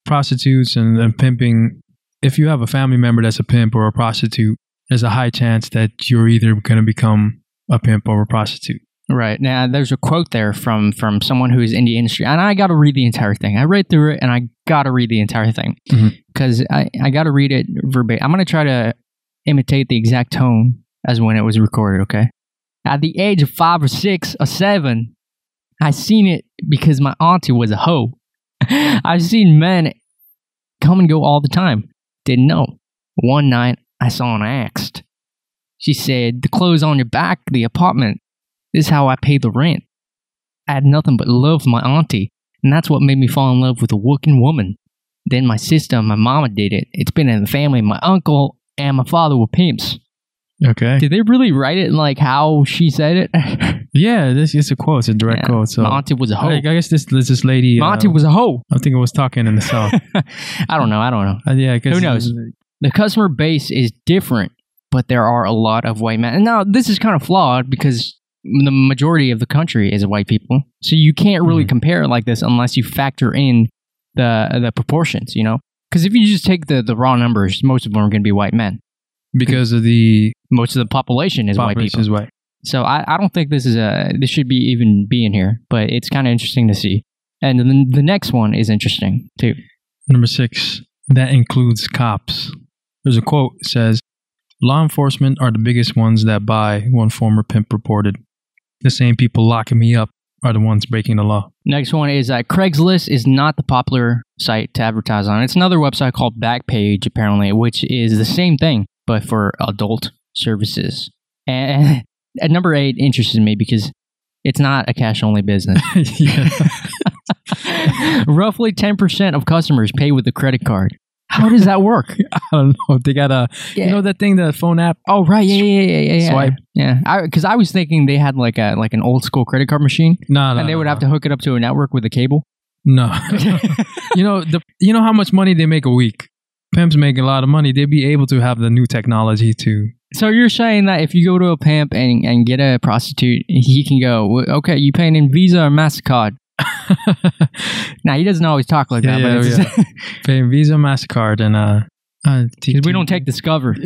prostitutes and, and pimping. If you have a family member that's a pimp or a prostitute, there's a high chance that you're either going to become a pimp or a prostitute.
Right now, there's a quote there from from someone who is in the industry, and I got to read the entire thing. I read through it, and I got to read the entire thing
Mhm.
because I I got to read it verbatim. I'm gonna try to imitate the exact tone as when it was recorded. Okay, at the age of five or six or seven, I seen it because my auntie was a hoe. [laughs] I've seen men come and go all the time. Didn't know. One night, I saw an axed. She said, "The clothes on your back, the apartment." This is how I pay the rent. I had nothing but love for my auntie, and that's what made me fall in love with a working woman. Then my sister and my mama did it. It's been in the family. My uncle and my father were pimps.
Okay.
Did they really write it like how she said it? [laughs]
Yeah, this it's a quote. It's a direct
Yeah.
quote. So
my auntie was a hoe.
I, I guess this this, this lady.
my
uh,
auntie was a hoe. [laughs]
I think it was talking in the south.
I don't know. I don't know.
uh, yeah. I guess
Who knows? The customer base is different, but there are a lot of white men. And now this is kind of flawed because the majority of the country is white people. So you can't really
Mhm.
compare it like this unless you factor in the the proportions, you know? Because if you just take the, the raw numbers, most of them are going to be white men.
Because of the
Most of the population is white
population
people.
is white.
So I, I don't think this is a this should be even be in here, but it's kind of interesting to see. And then the next one is interesting too.
Number six, that includes cops. There's a quote that says, Law enforcement are the biggest ones that buy, one former pimp reported. The same people locking me up are the ones breaking the law. [laughs]
Next one is that Craigslist is not the popular site to advertise on. It's another website called Backpage, apparently, which is the same thing, but for adult services. And [laughs] at number eight interests me because it's not a cash only
[laughs]
business.
yeah.
Roughly 10% of customers pay with a credit card. How does
[laughs]
that work?
I don't know. They got a,
Yeah.
you know, that thing, the phone app?
oh, right. Yeah, yeah, yeah, yeah. yeah.
Swipe.
Yeah. Because I, was thinking they had like a like an old school credit card machine
No, no.
and they
no,
would
no.
have to hook it up to a network with
[laughs]
a cable.
No. [laughs] you know, the, you know how much money they make a week? Pimps make a lot of money. They'd be able to have the new technology to.
So you're saying that if you go to a pimp and, and get a prostitute, he can go, "Well, okay, you paying in Visa or MasterCard? [laughs] Now, he doesn't always talk like
Yeah,
that,
yeah,
but it's
yeah.
[laughs]
Pay Visa, MasterCard, and. uh, uh
'cause we don't take Discover.
[laughs]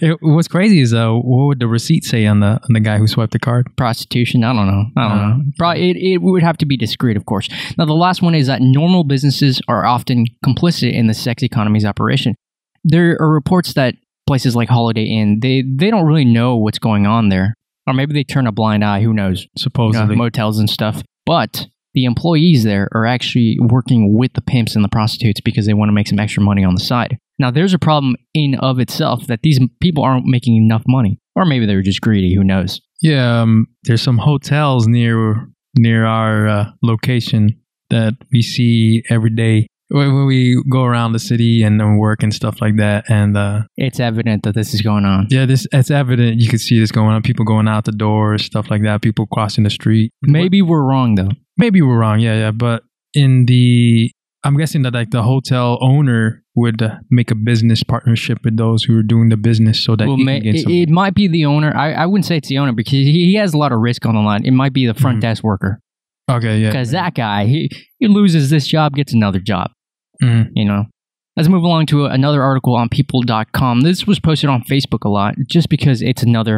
It, what's crazy is uh, what would the receipt say on the on the guy who swiped the card?
prostitution. I don't know. I don't
Uh,
know. Probably it, it would have to be discreet, of course. Now, the last one is that normal businesses are often complicit in the sex economy's operation. There are reports that places like Holiday Inn they they don't really know what's going on there, or maybe they turn a blind eye. Who knows? You know,
Supposedly,
motels and stuff, but. The employees there are actually working with the pimps and the prostitutes because they want to make some extra money on the side. Now, there's a problem in of itself that these people aren't making enough money, or maybe they were just greedy. Who knows?
yeah. Um, there's some hotels near near our uh, location that we see every day when, when we go around the city and then work and stuff like that. And uh,
it's evident that this is going on.
yeah, this it's evident. You can see this going on. People going out the doors, stuff like that. People crossing the street.
Maybe we're wrong though.
maybe we're wrong yeah yeah but in the i'm guessing that like the hotel owner would uh, make a business partnership with those who are doing the business so that
well,
he
may,
can get
it,
some
it might be the owner. I, I wouldn't say it's the owner because he, he has a lot of risk on the line. It might be the front Mm-hmm.
Mhm.
desk worker
okay yeah
because that guy he, he loses this job, gets another job.
Mhm.
You know. Let's move along to another article on people.com. This was posted on Facebook a lot just because it's another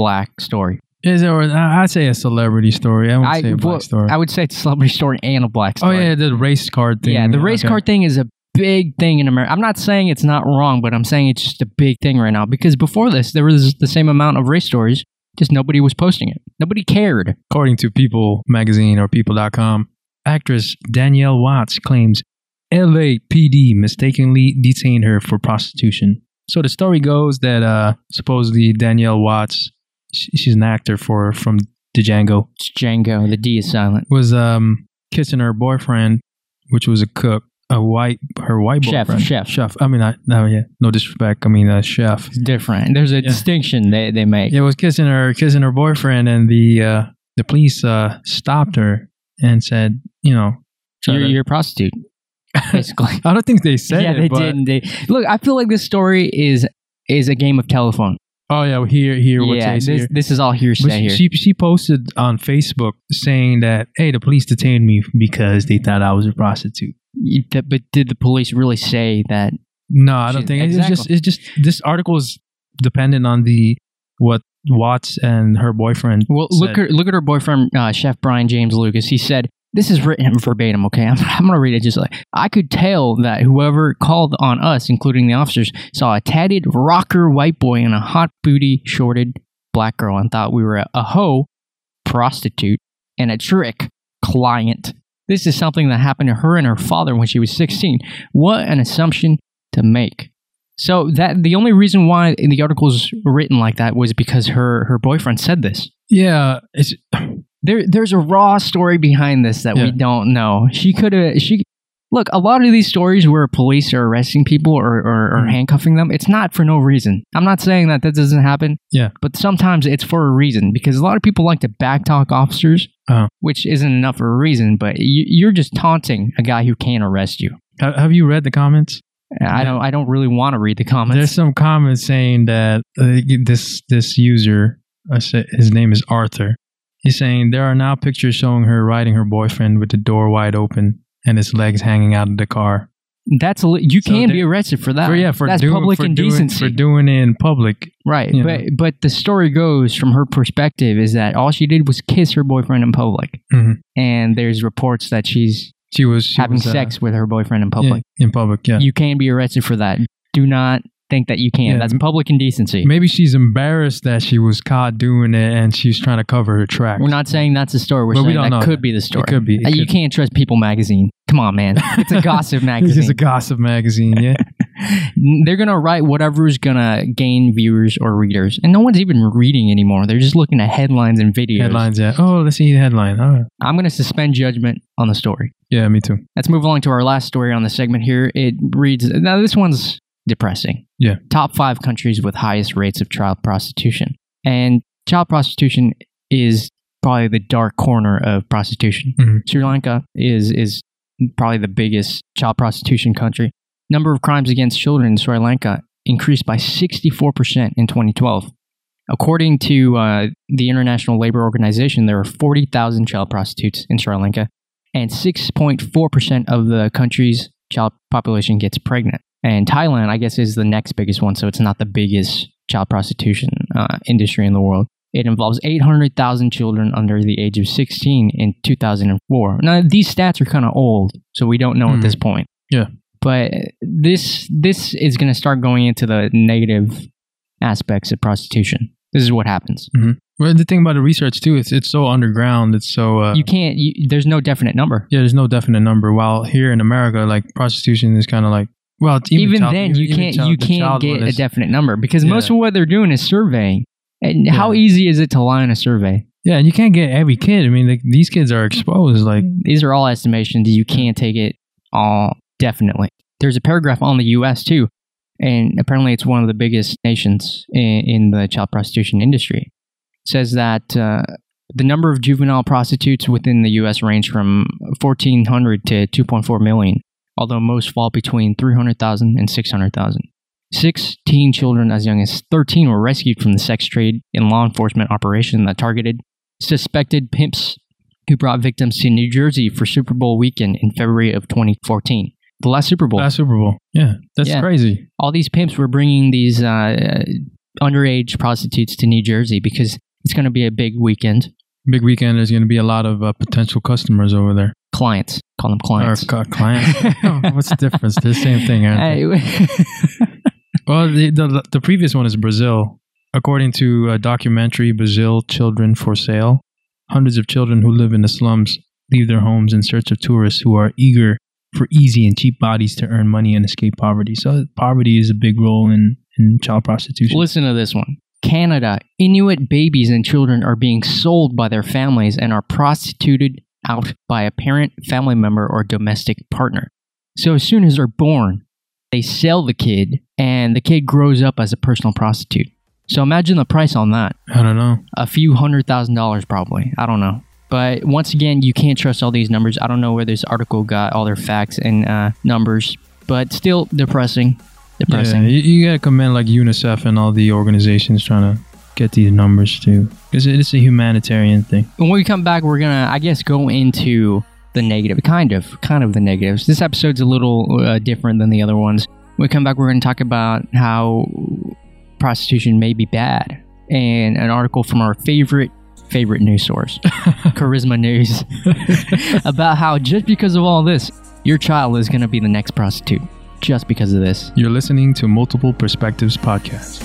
black story.
is there I- i'd say a celebrity story i wouldn't
I-
say a black
well,
story
I would say it's a celebrity story and a black
oh
story.
yeah the race card thing
Yeah, the race
Okay.
car thing is a big thing in America. I'm not saying it's not wrong, but I'm saying it's just a big thing right now because before this, there was the same amount of race stories, just nobody was posting it. Nobody cared.
according to people magazine or people.com actress danielle watts claims lapd mistakenly detained her for prostitution so the story goes that uh, supposedly danielle watts sh- she's an actor for from django
It's Django. The D is silent.
was um kissing her boyfriend, which was a cook, a white her white
Chef,
boyfriend,
chef.
chef. I mean, I no, yeah, no disrespect. I mean, uh, chef.
It's different. There's a distinction they, they make.
Yeah, was kissing her, kissing her boyfriend, and the uh, the police uh, stopped her and said, you know, try
You're,
to-
you're a prostitute, basically.
[laughs] I don't think they said
yeah,
it,
they
but-
didn't. They, look, I feel like this story is is a game of telephone.
Oh yeah, well, here, here, what's
yeah,
this,
this,
here.
this is all
But
hearsay
she,
here.
she she posted on Facebook saying that hey the police detained me because they thought I was a prostitute.
You- that- but did the police really say that?
No, I don't
Shit,
think
exactly.
it's just it's just this article is dependent on the what Watts and her boyfriend.
Well, look
said.
at, look at her boyfriend, uh, Chef Brian James Lucas. He said, "This is written verbatim." Okay, I'm, I'm gonna read it just like I could tell that whoever called on us, including the officers, saw a tatted rocker white boy and a hot booty shorted black girl and thought we were a, a hoe, prostitute, and a trick client. This is something that happened to her and her father when she was 16. What an assumption to make. So that the only reason why the article was written like that was because her her boyfriend said this
yeah, it's
there there's a raw story behind this that
Yeah.
we don't know. She could have she look a lot of these stories where police are arresting people or, or, or
Mhm.
handcuffing them. It's not for no reason. I'm not saying that that doesn't happen.
Yeah.
but sometimes it's for a reason because a lot of people like to backtalk officers,
Uh-huh.
which isn't enough of a reason. But you, you're just taunting a guy who can't arrest you.
have, have you read the comments?
I don't I don't really want to read the
There's
comments.
some comments saying that uh, this this user, I say his name is Arthur. He's saying there are now pictures showing her riding her boyfriend with the door wide open and his legs hanging out of the car.
That's a, li- you
So
can
there-
be arrested for that.
For- yeah, for
that's
doing
public
for doing-
indecency.
for doing it in public.
Right,
you
but but the story goes from her perspective is that all she did was kiss her boyfriend in public,
Mhm.
and there's reports that she's
She was she
having
was, uh,
sex with her boyfriend in
yeah,
public.
in public, yeah.
You can be arrested for that. Do not think that you can.
Yeah,
That's
m-
public indecency.
Maybe she's embarrassed that she was caught doing it and she's trying to cover her tracks.
We're not saying that's the story. We're
But we
saying
don't
that
know
could
that.
be the story.
It could be. It
Uh, you
could be.
can't trust People Magazine. Come on,
[laughs]
man. It's a gossip
It's
magazine.
a gossip magazine,
[laughs]
yeah.
They're gonna write whatever's gonna gain viewers or readers, and no one's even reading anymore. They're just looking at headlines and videos.
Headlines, yeah. Oh, let's see the headline. All right.
I'm gonna suspend judgment on the story.
Yeah, me too.
Let's move along to our last story on the segment here. It reads now this one's depressing.
Yeah.
Top five countries with highest rates of child prostitution. And child prostitution is probably the dark corner of prostitution.
Mhm.
Sri Lanka is is probably the biggest child prostitution country. Number of crimes against children in Sri Lanka increased by 64% in 2012. According to uh, the International Labor Organization, there are 40,000 child prostitutes in Sri Lanka and 6.4% of the country's child population gets pregnant. And Thailand, I guess, is the next biggest one, so it's not the biggest child prostitution uh, industry in the world. It involves 800,000 children under the age of 16 in 2004. Now, these stats are kind of old, so we don't know at this point.
Hmm. Yeah.
But this this is going to start going into the negative aspects of prostitution. This is what happens.
Well, the thing about the research too, it's it's so underground. It's so uh,
You can't. You, there's no definite number.
yeah. There's no definite number. While here in America, like prostitution is kind of like well, it's even,
even,
child-
then you
even
can't
child-
you
the
can't
child
get
one
a
is-
definite number because most
Yeah.
of what they're doing is surveying. And how
Yeah.
easy is it to lie in a survey?
Yeah, and you can't get every kid. I mean, like, these kids are exposed. Like,
These are all estimations. You can't take it all definitely. There's a paragraph on the U.S. too, and apparently it's one of the biggest nations in, in the child prostitution industry. It says that uh, the number of juvenile prostitutes within the U.S. range from 1,400 to 2.4 million, although most fall between 300,000 and 600,000. 16 children as young as 13 were rescued from the sex trade and law enforcement operation that targeted suspected pimps who brought victims to New Jersey for Super Bowl weekend in February of 2014. The last Super Bowl.
last Super Bowl. Yeah, that's
Yeah.
crazy.
All these pimps were bringing these uh, underage prostitutes to New Jersey because it's going to be a big weekend.
Big weekend. There's going to be a lot of uh, potential customers over there.
Clients. Call them
Or
clients.
cu- clients. [laughs] Oh,
[laughs]
What's the difference? They're the same thing, aren't they? Well, the, the, the previous one is Brazil. According to a documentary, Brazil Children for Sale, hundreds of children who live in the slums leave their homes in search of tourists who are eager for easy and cheap bodies to earn money and escape poverty. So poverty is a big role in, in child prostitution.
Listen to this one. Canada, Inuit babies and children are being sold by their families and are prostituted out by a parent, family member, or domestic partner. So as soon as they're born, they sell the kid, and the kid grows up as a personal prostitute. So imagine the price on that.
I don't know.
A few hundred thousand dollars, probably. I don't know. But once again, you can't trust all these numbers. I don't know where this article got all their facts and uh, numbers, but still depressing. Depressing.
Yeah, you, you gotta commend like UNICEF and all the organizations trying to get these numbers too, because it's a humanitarian thing.
when we come back, we're gonna, I guess, go into the negative, kind of, kind of the negatives. This episode's a little uh, different than the other ones. When we come back, we're gonna talk about how prostitution may be bad, and an article from our favorite favorite news source, Charisma News, [laughs] about how just because of all this, your child is gonna be the next prostitute, just because of this.
You're listening to Multiple Perspectives podcast.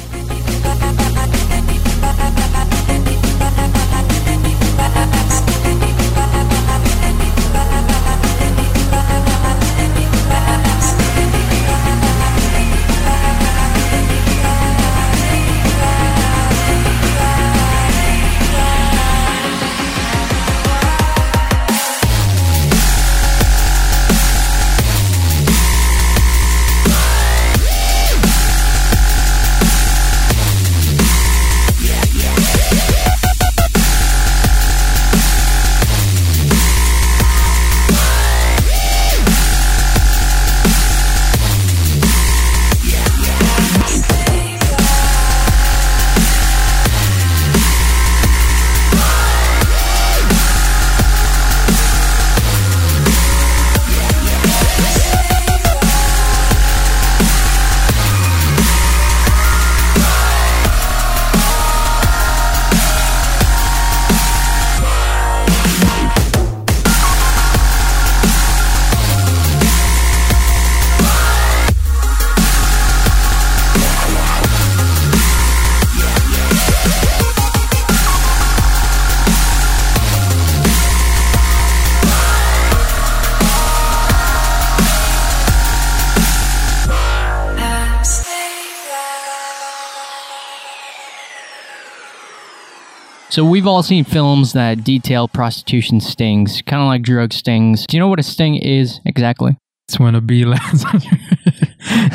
So we've all seen films that detail prostitution stings, kind of like drug stings. Do you know what a sting is exactly?
It's when a [laughs] bee lands. on your-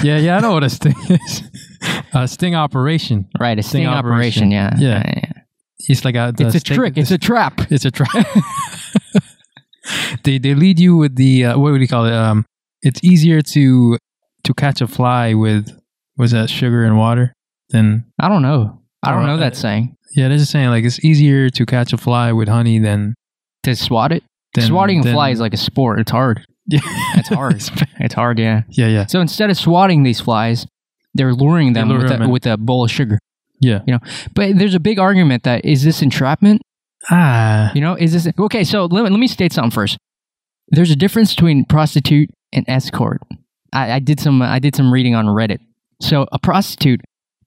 yeah, yeah, I know what a sting [laughs] is. A sting operation.
Right, a sting,
operation.
operation. Yeah, Uh,
Yeah. It's like a. the
It's a
sting-
trick. It's a trap.
[laughs] It's a trap. they they lead you with the uh, what would you call it? Um, it's easier to to catch a fly with was that sugar and water than
I don't know. I don't
Alright.
know that saying.
yeah. They're just saying like it's easier to catch a fly with honey than,
To swat it.
than
Swatting a
than-
fly is like a sport. It's hard.
yeah,
[laughs] It's hard. it's hard. Yeah.
yeah yeah.
So instead of swatting these flies, they're luring them
lure
with,
them
a,
in.
with a bowl of sugar.
Yeah.
You know, but there's a big argument that is this entrapment?
Ah.
You know, is this okay? So let, let me state something first. There's a difference between prostitute and escort. I, I did some I did some reading on Reddit. So a prostitute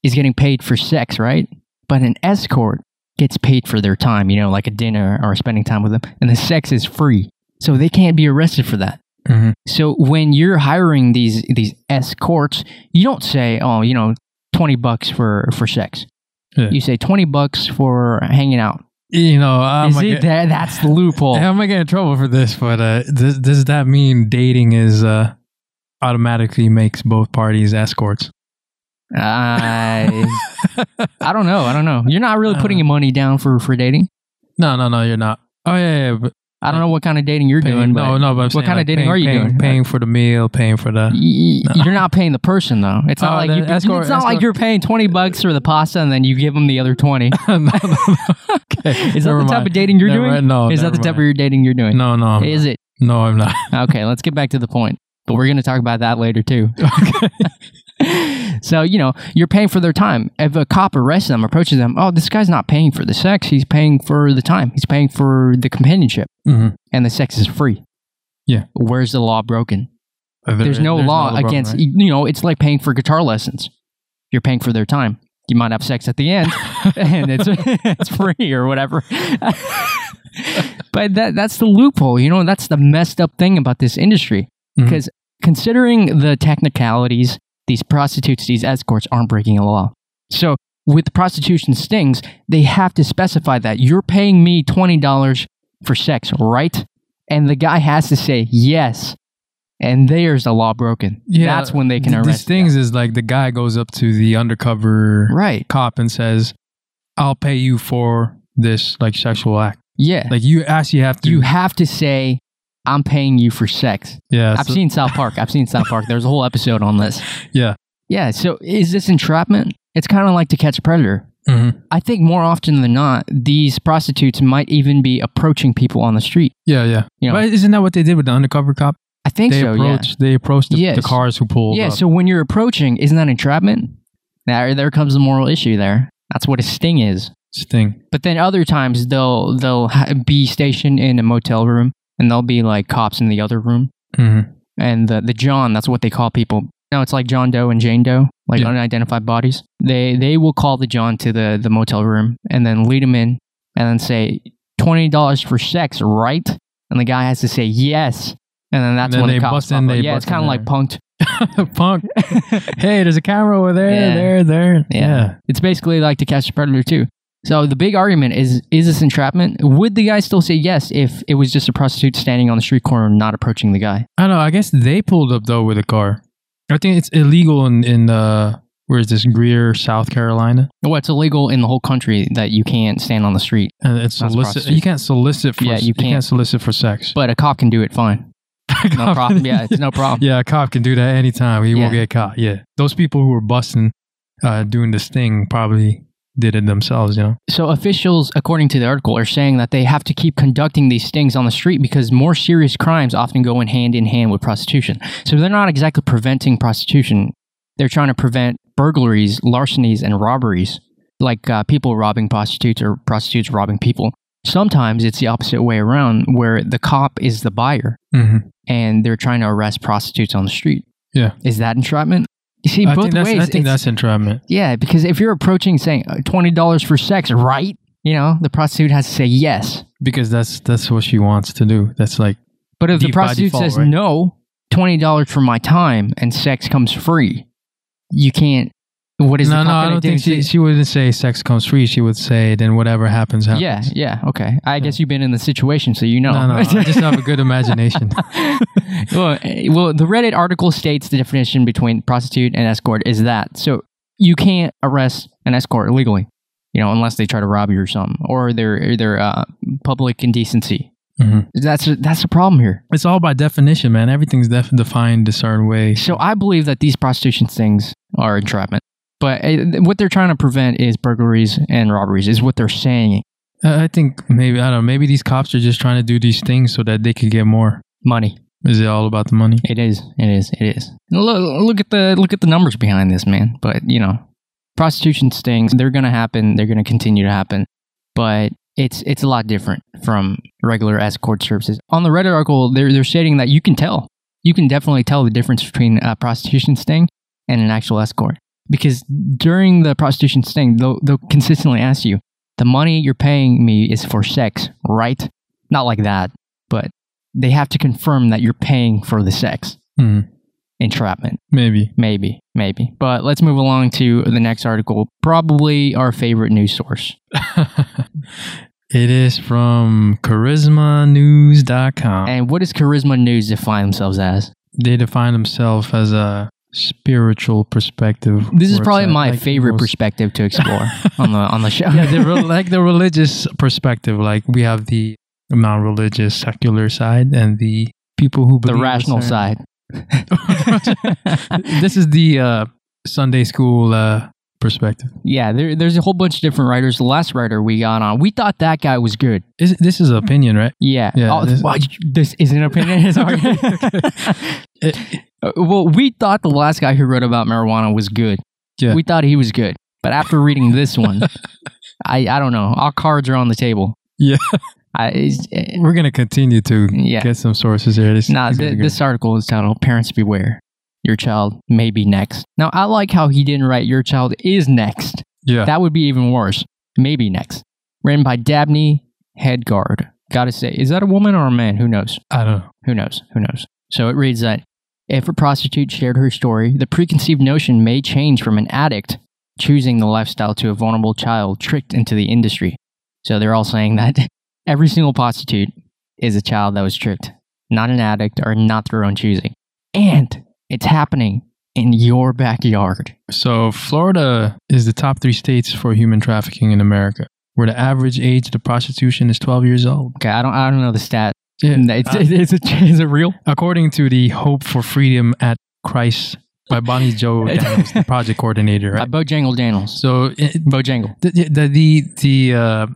is getting paid for sex, right? But an escort gets paid for their time. You know, like a dinner or spending time with them, and the sex is free. So they can't be arrested for that.
Mhm.
So when you're hiring these these escorts, you don't say, "Oh, you know, twenty bucks for for sex."
Yeah.
You say twenty bucks for hanging out.
You know, I'm uh,
Is it that? That's the loophole.
I'm gonna get in trouble for this, but uh, does, does that mean dating is uh, automatically makes both parties escorts? [laughs]
I I don't know. I don't know. You're not really putting your money down for for dating.
No, no, no, you're not. Oh yeah, yeah but
I don't know what kind of dating you're
paying,
doing, but
no, no. But I'm
what
saying,
kind of
like,
dating
paying-
are you
paying-
doing?
Paying for the meal, paying for
[laughs]
the.
y- y- you're not paying the person though. It's not
Oh,
like
the
you,
escort-
it's not like
escort-
you're paying twenty bucks for the pasta and then you give them the other
[laughs]
twenty.
No, no, no. Okay,
Is that
never
the type
mind.
of dating you're
Never
doing?
mind. No,
Is that
never
the type of
mind.
your dating you're doing?
No, no, I'm
Is it?
not. no, I'm not. [laughs]
[laughs] Okay, let's get back to the point. But we're going to talk about that later too. [laughs] so, you know, you're paying for their time. If a cop arrests them, approaches them, oh, this guy's not paying for the sex. He's paying for the time. He's paying for the companionship.
Mhm.
And the sex is free.
Yeah.
Where's the law broken?
There-
there's no law
problem,
against,
right?
you know, it's like paying for guitar lessons. You're paying for their time. You might have sex at the
[laughs]
end and it's, [laughs] it's free or whatever. [laughs] but that, that's the loophole, you know, that's the messed up thing about this industry
Mhm.
because considering the technicalities, these prostitutes, these escorts aren't breaking a law. So with the prostitution stings, they have to specify that you're paying me twenty dollars for sex, right? And the guy has to say yes. And there's the law broken. That's when they can
th-
arrest.
These
the
things is like the guy goes up to the undercover
guy. Right.
cop and says, "I'll pay you for this like sexual act."
Yeah.
Like you actually have to.
you have to say, I'm paying you for sex.
yeah,
I've
so-
seen South Park. I've seen South Park. There's a whole episode on this.
[laughs] Yeah.
Yeah. So is this entrapment? It's kind of like to catch a predator.
Mhm.
I think more often than not, these prostitutes might even be approaching people on the street.
Yeah, yeah.
You know.
But isn't that what they did with the undercover cop?
I think
They
so.
approached. They approached the, the
Yes.
cars who pulled.
yeah. Yeah.
up.
So when you're approaching, isn't that entrapment? There, there comes the moral issue. There. That's what a sting is.
It's a thing.
But then other times they'll they'll ha- be stationed in a motel room and they'll be like cops in the other room
Mhm.
and the the John that's what they call people. No, it's like John Doe and Jane Doe, like
Yeah.
unidentified bodies. They they will call the John to the the motel room and then lead him in and then say twenty dollars for sex, right? And the guy has to say yes. And then that's
then
when
they
the cops
bust
pop
in,
up.
they
Yeah, it's
bust in
kind of like
there.
punked.
[laughs] Punk. hey, there's a camera over there,
Yeah.
there, there.
Yeah. [laughs] It's basically like to catch a predator too. So the big argument is is this entrapment? Would the guy still say yes if it was just a prostitute standing on the street corner not approaching the guy?
I don't know. I guess they pulled up though with a car. I think it's illegal in in uh, where is this Greer, South Carolina,
Well, it's illegal in the whole country that you can't stand on the street,
and it's
That's
solicit.
prostitution.
You can't solicit for.
Yeah, you
you can't,
can't.
solicit for sex. [laughs]
but a cop can do it fine. No problem. Yeah, it's no problem.
Yeah, a cop can do that anytime. He won't
Yeah.
get caught. Yeah, those people who were busting, uh, doing this thing probably did it themselves. You know.
So officials, according to the article, are saying that they have to keep conducting these stings on the street because more serious crimes often go in hand in hand with prostitution. So they're not exactly preventing prostitution; they're trying to prevent burglaries, larcenies, and robberies, like uh, people robbing prostitutes or prostitutes robbing people. Sometimes it's the opposite way around, where the cop is the buyer
Mm-hmm.
and they're trying to arrest prostitutes on the street.
Yeah.
is that entrapment? You see,
I
both
think that's,
ways.
I think
it's-
that's entrapment.
yeah, because if you're approaching saying uh, twenty dollars for sex, right? You know, the prostitute has to say yes.
because that's that's what she wants to do. That's like
But if the
Deep by
prostitute
default,
says
right?
no, twenty dollars for my time and sex comes free, you can't. What is
no,
the
no.
cop
I
gonna
don't
do?
think she she wouldn't say sex comes free. She would say then whatever happens happens.
yeah, yeah, okay. I guess you've been in the situation, so you know.
No, no.
[laughs]
I just have a good imagination.
well, eh, well, the Reddit article states the definition between prostitute and escort is that so you can't arrest an escort illegally, you know, unless they try to rob you or something, or their their uh, public indecency.
Mhm.
That's that's the problem here.
It's all by definition, man. Everything's def- defined a certain way.
So I believe that these prostitution things are entrapment, but eh, th- what they're trying to prevent is burglaries and robberies, is what they're saying.
I I think maybe I don't know. Maybe these cops are just trying to do these things so that they could get more.
Money.
Is it all about the money?
It is. It is. It is. Look, look at the look at the numbers behind this, man. But you know, prostitution stings they're going to happen they're going to continue to happen but it's it's a lot different from regular escort services on the reddit article they're, they're stating that you can tell you can definitely tell the difference between a prostitution sting and an actual escort because during the prostitution sting they'll, they'll consistently ask you the money you're paying me is for sex right not like that but they have to confirm that you're paying for the sex
Hmm.
entrapment [laughs]
Maybe.
Maybe, maybe. But let's move along to the next article. Probably our favorite news source.
it is from charismanews.com.
And what does Charisma News define themselves as?
They define themselves as a spiritual perspective.
This is probably
website,
my
like
favorite
most-
perspective to
[laughs]
explore on the on the show.
yeah,
[laughs]
the re- like the religious perspective. Like we have the non-religious, secular side, and the people who
the
believe a
rational
certain- [laughs]
side. [laughs]
this is the uh, Sunday school uh, perspective.
yeah, there, there's a whole bunch of different writers. The last writer we got on, we thought that guy was good.
Is, this is opinion, right?
Yeah.
Yeah,
oh,
this-
this, this is an opinion. [laughs] Sorry.
[laughs] It-
Uh, well, we thought the last guy who wrote about marijuana was good.
Yeah.
We thought he was good. But after
[laughs]
reading this one, I, I don't know. All cards are on the table.
Yeah.
I, it's- eh,
We're gonna continue to
Mm, yeah.
get some sources here. This,
Nah,
these are
th-
good.
this article is titled Parents Beware. Your child may be next. Now, I like how he didn't write Your Child is Next.
yeah,
That would be even worse. Maybe Next. Written by Dabney Headguard. Gotta say, is that a woman or a man? Who knows?
I don't know.
Who knows? Who knows? So it reads that if a prostitute shared her story, the preconceived notion may change from an addict choosing the lifestyle to a vulnerable child tricked into the industry. So they're all saying that [laughs] every single prostitute is a child that was tricked, not an addict or not their own choosing. And it's happening in your backyard.
So Florida is the top three states for human trafficking in America, where the average age of the prostitution is 12 years old.
Okay, I don't, I don't know the stat.
Yeah,
Mm, It's,
uh,
it's, [laughs] it's, is it real?
according to the Hope for Freedom at Christ by Bonnie
[laughs]
Joe Daniels, the project coordinator.
Right. [laughs]
Right?
Bojangle Daniels.
So it,
Bojangle.
the the the the, uh,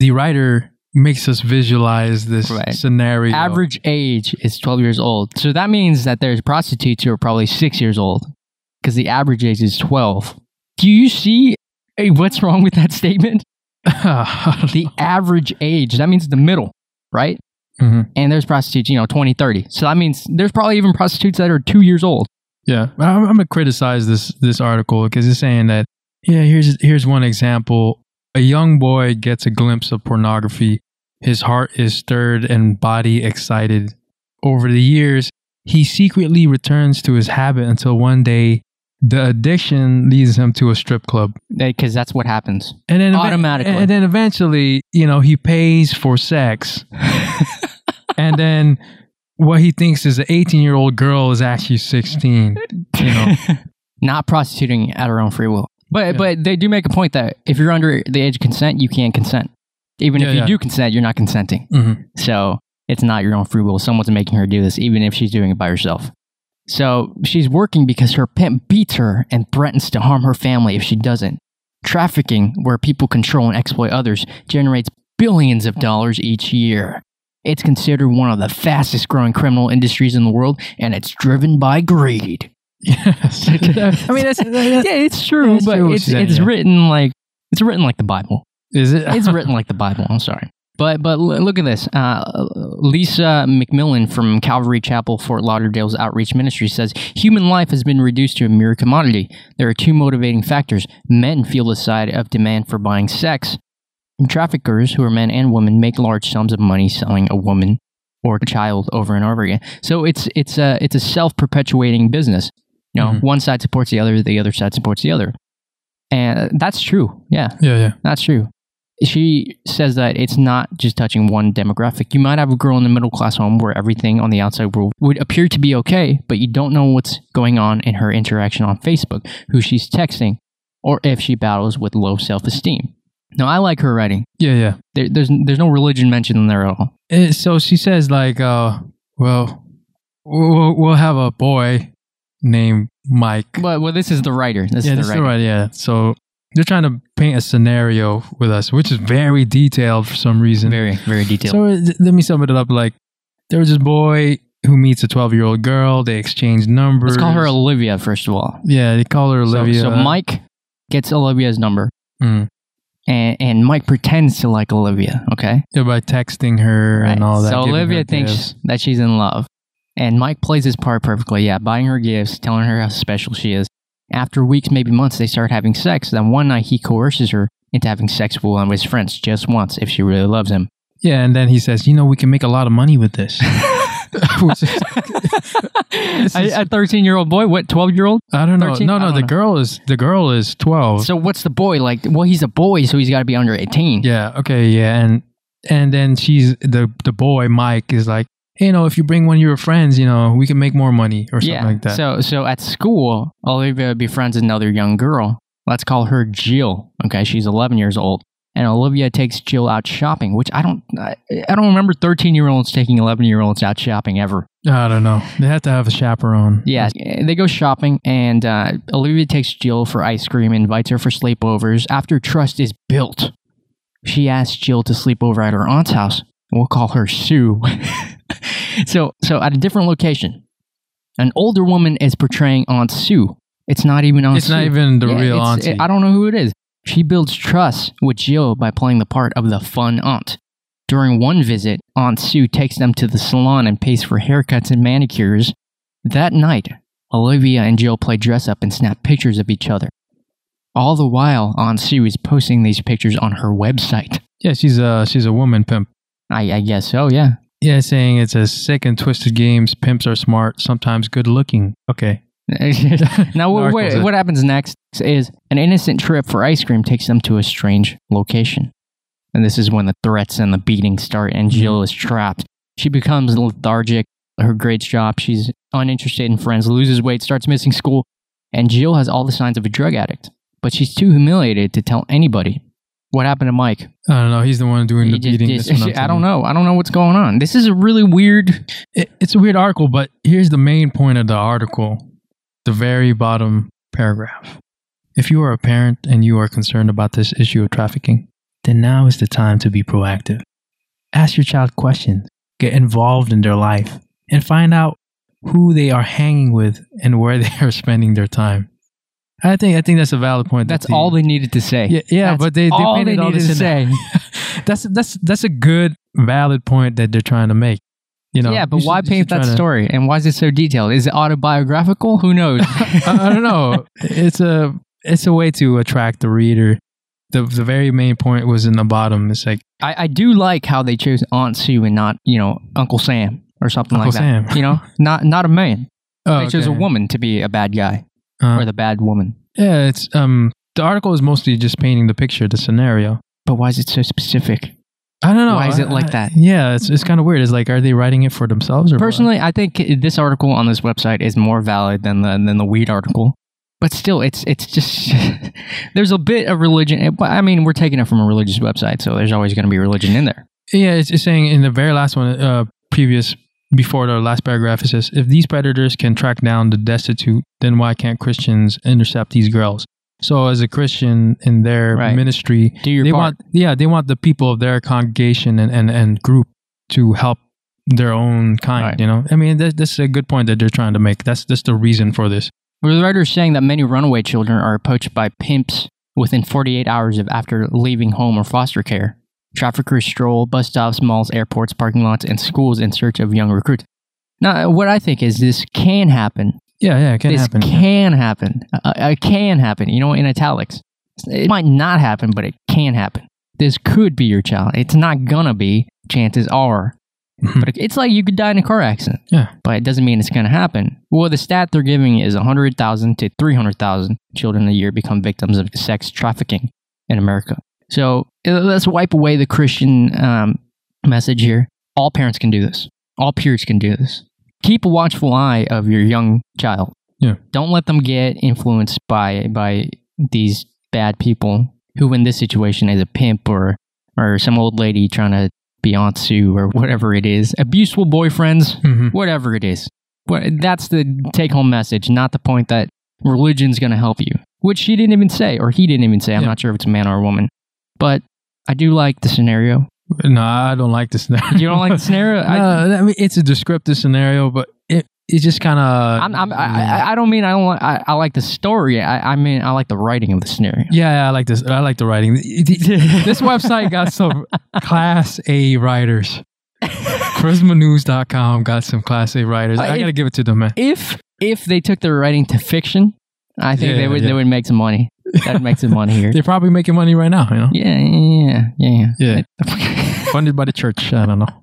the writer makes us visualize this
Right.
scenario. [laughs]
average age is 12 years old. So that means that there's prostitutes who are probably six years old because the average age is 12. Do you see hey, what's wrong with that [laughs] statement? The average age, that means the middle, right?
Mhm.
And there's prostitutes, you know, 20, 30. So that means there's probably even prostitutes that are two years old.
Yeah, I'm, I'm gonna criticize this this article because it's saying that yeah, here's here's one example: a young boy gets a glimpse of pornography, his heart is stirred and body excited. Over the years, he secretly returns to his habit until one day the addiction leads him to a strip club,
Because that's what happens.
and then eve-
Automatically.
and then eventually, you know, he pays for sex, and then. What he thinks is an 18 year old girl is actually 16. You know,
[laughs] Not prostituting at her own free will. But,
Yeah.
but they do make a point that if you're under the age of consent, you can't consent. Even
Yeah,
if you
yeah.
do consent, you're not consenting.
Mhm.
So it's not your own free will. Someone's making her do this, even if she's doing it by herself. So she's working because her pimp beats her and threatens to harm her family if she doesn't. Trafficking, where people control and exploit others, generates billions of dollars each year. It's considered one of the fastest growing criminal industries in the world, and it's driven by greed.
Yes. I mean, that's,
[laughs] yeah, it's true,
it's
but
true what
it's,
she's saying,
it's
yeah.
written like it's written like the Bible
[laughs] is it? [laughs]
[laughs] it's written like the Bible. I'm sorry. But but l- look at this. Uh, Lisa McMillan from Calvary Chapel, Fort Lauderdale's outreach ministry says human life has been reduced to a mere commodity. There are two motivating factors. Men feel the side of demand for buying sex, and traffickers, who are men and women, make large sums of money selling a woman or a child over and over again. So it's it's a it's a self perpetuating business. You know,
Mhm.
one side supports the other, the other side supports the other, and that's true. Yeah.
yeah, yeah.
That's true. She says that it's not just touching one demographic. You might have a girl in the middle class home where everything on the outside world would appear to be okay, but you don't know what's going on in her interaction on Facebook, who she's texting, or if she battles with low self esteem. Now, I like her writing.
Yeah, yeah.
There, there's, there's no religion mentioned in there at all.
And so she says, like, uh, well, we'll, we'll have a boy named Mike.
But, well, this is the writer. This
yeah,
is
that's
the writer.
right. Yeah. So they're trying to paint a scenario with us, which is very detailed for some reason.
Very, very detailed.
So th- let me sum it up. Like, there was this boy who meets a 12 year old girl. They exchange numbers.
Let's call her Olivia, first of all.
Yeah, they call her
So-
Olivia.
So, Mike gets Olivia's number,
Mm.
and, and Mike pretends to like Olivia. Okay,
Yeah, by texting her and
Right.
all that.
So
giving her
Olivia thinks
gifts.
that she's in love, and Mike plays his part perfectly. Yeah, buying her gifts, telling her how special she is. After weeks, maybe months, they start having sex. Then one night, he coerces her into having sex with one of his friends just once if she really loves him.
Yeah, and then he says, "You know, we can make a lot of money with
[laughs]
this." [laughs] Which is- [laughs] This
a,
is-
a 13 year old boy what 12 year old
I don't know.
13?
No,
I
no,
don't
the
know.
girl is the girl is twelve.
so what's the boy like well he's a boy so he's got to be under 18
yeah. Okay. Yeah. And and then she's the the boy Mike is like, hey, you know, if you bring one of your friends, you know, we can make more money or something
yeah
like that.
so so at school olivia befriends another young girl let's call her jill okay she's 11 years old and olivia takes jill out shopping which i don't i, I don't remember 13 year olds taking 11 year olds out shopping ever
I don't know. They have to have a chaperone.
Yeah, eh, they go shopping, and uh, Olivia takes Jill for ice cream, invites her for sleepovers. After trust is built, she asks Jill to sleep over at her aunt's house. We'll call her Sue. [laughs] so, so at a different location, an older woman is portraying Aunt Sue. It's not even Aunt
It's
Sue.
not even the
Yeah,
real
it's-
auntie.
I don't know who it is. She builds trust with Jill by playing the part of the fun aunt. During one visit, Aunt Sue takes them to the salon and pays for haircuts and manicures. That night, Olivia and Jill play dress up and snap pictures of each other. All the while, Aunt Sue is posting these pictures on her website.
yeah, she's a she's a woman pimp.
I, I guess so, yeah.
Yeah, saying it's a sick and twisted games. Pimps are smart, sometimes good looking. Okay.
[laughs] now, what,
Narcos
what,
it.
what happens next is an innocent trip for ice cream takes them to a strange location. And this is when the threats and the beatings start, and
Mm-hmm.
Jill is trapped. She becomes lethargic. Her grades drop. She's uninterested in friends, loses weight, starts missing school. And Jill has all the signs of a drug addict, but she's too humiliated to tell anybody. What happened to Mike?
I don't know. He's the one doing
He
the
just-
beating.
just-
That's what I'm
[laughs] I
telling
don't
you.
know. I don't know what's going on. This is a really weird.
It, it's a weird article, but here's the main point of the article the very bottom paragraph. If you are a parent and you are concerned about this issue of trafficking, then now is the time to be proactive. Ask your child questions, get involved in their life, and find out who they are hanging with and where [laughs] they are spending their time. I think I think that's a valid point. that
That's all they needed to say.
Yeah, yeah,
That's
but they, they
all
painted
they
all
needed
this
to
in
say.
[laughs] that's that's that's a good valid point that they're trying to make. You know,
yeah, but
you should-
why
you should
paint
try
that
to-
story? And why is it so detailed? Is it autobiographical? Who knows?
[laughs] I, I don't know. It's a it's a way to attract the reader. The the very main point was in the bottom. It's like
I, I do like how they chose Aunt Sue and not, you know, Uncle Sam or something
Uncle
like that.
Sam. [laughs]
You know, not not a man.
oh,
they chose a
okay.
woman to be a bad guy
Uh,
or the bad woman.
yeah, it's um the article is mostly just painting the picture, the scenario.
But why is it so specific?
I don't know.
Why is it
I-
like
I-
that?
yeah, it's it's kind of weird. It's like, are they writing it for themselves or what?
Personally, I think this article on this website is more valid than the than the weed article. But still, it's it's just [laughs] there's a bit of religion. But I mean, we're taking it from a religious website, so there's always going to be religion in there.
Yeah, it's, it's saying in the very last one, uh, previous before the last paragraph, it says, "If these predators can track down the destitute, then why can't Christians intercept these girls?" So, as a Christian in their
Right.
ministry,
Do your
they
part.
want yeah, they want the people of their congregation and and, and group to help their own kind.
Right.
You know, I mean, that, that's a good point that they're trying to make. That's that's the reason for this.
Where the writer is saying that many runaway children are poached by pimps within 48 hours of after leaving home or foster care. Traffickers stroll bus stops, malls, airports, parking lots, and schools in search of young recruits. Now, what I think is this can happen.
Yeah, yeah, it can
this
happen.
can happen. Uh, it can happen. You know, in italics, it might not happen, but it can happen. This could be your child. It's not gonna be. Chances are, but it- it's like you could die in a car accident
Mm-hmm. yeah,
but it doesn't mean it's going to happen. Well, the stat they're giving is 100,000 to 300,000 children a year become victims of sex trafficking in America. So uh, let's wipe away the Christian um, message here. All parents can do this. All peers can do this. Keep a watchful eye of your young child.
Yeah.
Don't let them get influenced by by these bad people who, in this situation, is a pimp or or some old lady trying to be Aunt Sue or whatever it is. Abusive boyfriends
hmm
whatever it is. What, that's the take home message, not the point that religion's going to help you, which she didn't even say, or he didn't even say. I'm
Yeah.
not sure if it's a man or a woman, but I do like the scenario.
no, I don't like this. [laughs]
You don't like the scenario? I,
No, I mean it's a descriptive scenario, but it, it's just kind of.
I'm, I'm, I, I- I don't mean I don't. Like, I, I like the story. I, I mean I like the writing of the scenario.
yeah, I like this. I like the writing. [laughs] this website got some class A writers. CharismaNews.com got some class A writers. I,
Uh,
gotta give it to them, man.
If if they took their writing to fiction, I think they
Yeah,
would
yeah.
they would make some money. That'd make some money
[laughs]
here.
They're probably making money right now. You know,
Yeah, yeah, yeah, yeah.
Yeah.
yeah. [laughs]
funded by the church. I don't know.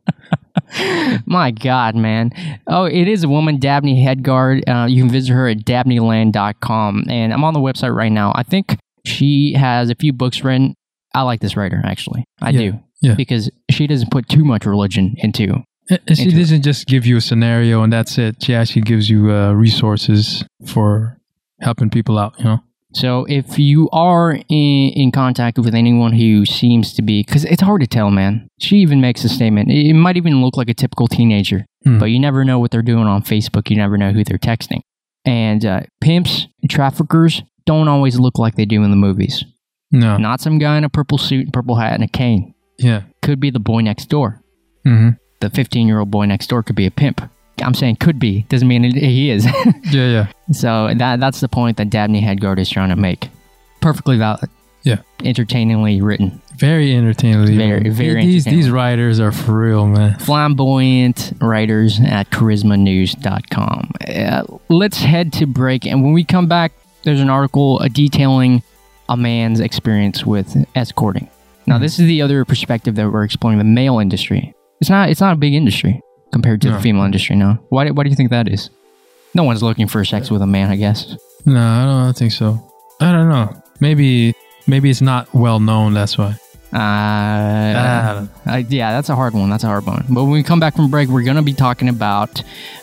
My God, man. Oh, it is a woman, Dabney Headguard. Uh, you can visit her at dabneyland.com. And I'm on the website right now. I think she has a few books written. I like this writer, actually. I
Yeah,
do.
yeah.
Because she doesn't put too much religion into
And- and she
Into it.
doesn't just give you a scenario and that's it. She actually gives you uh, resources for helping people out. You know.
So if you are in, in contact with anyone who seems to be, because it's hard to tell, man. She even makes a statement. It it might even look like a typical teenager,
Hmm.
but you never know what they're doing on Facebook. You never know who they're texting. And uh, pimps, traffickers don't always look like they do in the movies.
No.
Not some guy in a purple suit, and purple hat, and a cane.
Yeah.
Could be the boy next door.
hmm
The 15 year old boy next door could be a pimp. I'm saying could be, doesn't mean it, he is. [laughs]
Yeah. Yeah.
So that that's the point that Dabney Headguard is trying to make. Perfectly valid.
Yeah.
Entertainingly written.
Very entertainingly.
Very,
written.
very
These
entertaining.
these writers are for real, man.
Flamboyant writers at charismanews.com. Uh, let's head to break. And when we come back, there's an article uh, detailing a man's experience with escorting. Now, this is the other perspective that we're exploring the male industry. It's not, it's not a big industry compared to the
No.
female industry, no. Why, do- why do you think that is? No one's looking for sex with a man, I guess.
No, I don't, I don't think so. I don't know. Maybe maybe it's not well known. That's why.
Uh, I, Uh, yeah, that's a hard one. That's a hard one. But when we come back from break, we're going to be talking about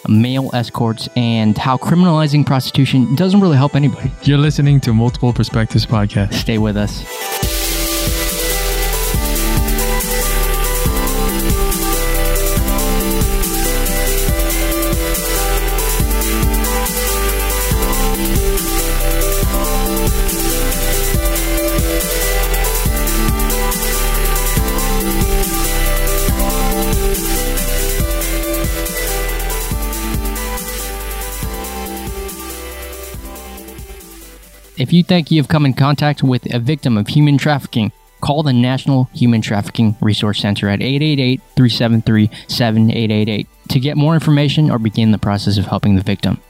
male escorts and how criminalizing prostitution doesn't really help anybody.
You're listening to Multiple Perspectives podcast.
Stay with us. If you think you have come in contact with a victim of human trafficking, call the National Human Trafficking Resource Center at 888 373 7888 to get more information or begin the process of helping the victim.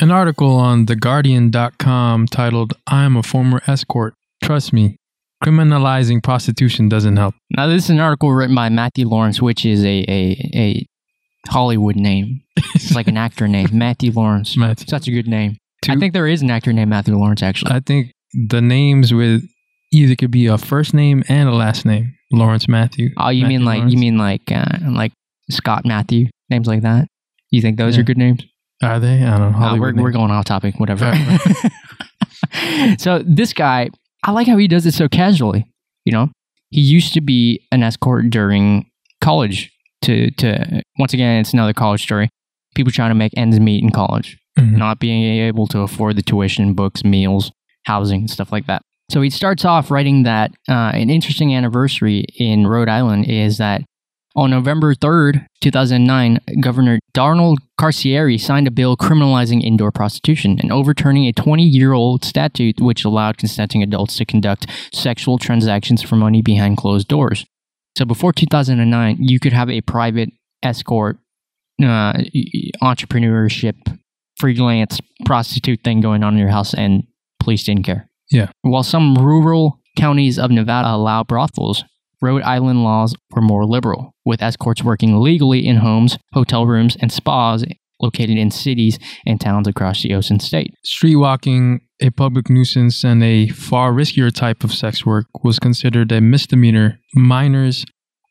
An article on TheGuardian.com titled "I am a former escort. Trust me, criminalizing prostitution doesn't help." [laughs]
Now, this is an article written by Matthew Lawrence, which is a, a, a Hollywood name.
[laughs]
It's like an actor name, Matthew Lawrence.
Matt,
Such a good name. I
Two- Uh,
think there is an actor named Matthew Lawrence, actually.
I think the names with either could be a first name and a last name. Lawrence Matthew.
oh, you mean
Matthew
like
Lawrence.
you mean like uh, like Scott Matthew names like that? You think those
Yeah.
are good names?
Are they? I don't know.
No,
Hollywood
Uh, we're, we're
names.
going off topic, whatever.
Right,
[laughs] so this guy, I like how he does it so casually. You know, he used to be an escort during college. To to once again, it's another college story. People trying to make ends meet in college,
Mhm.
not being able to afford the tuition, books, meals, housing, and stuff like that. So he starts off writing that uh, an interesting anniversary in Rhode Island is that on November 3rd, 2009, Governor Darnell Carcieri signed a bill criminalizing indoor prostitution and overturning a 20 year old statute which allowed consenting adults to conduct sexual transactions for money behind closed doors. So before 2009, you could have a private escort uh, entrepreneurship freelance prostitute thing going on in your house and police didn't care.
Yeah.
While some rural counties of Nevada allow brothels, Rhode Island laws were more liberal, with escorts working legally in homes, hotel rooms, and spas located in cities and towns across the ocean state.
Street walking, a public nuisance, and a far riskier type of sex work was considered a misdemeanor. Minors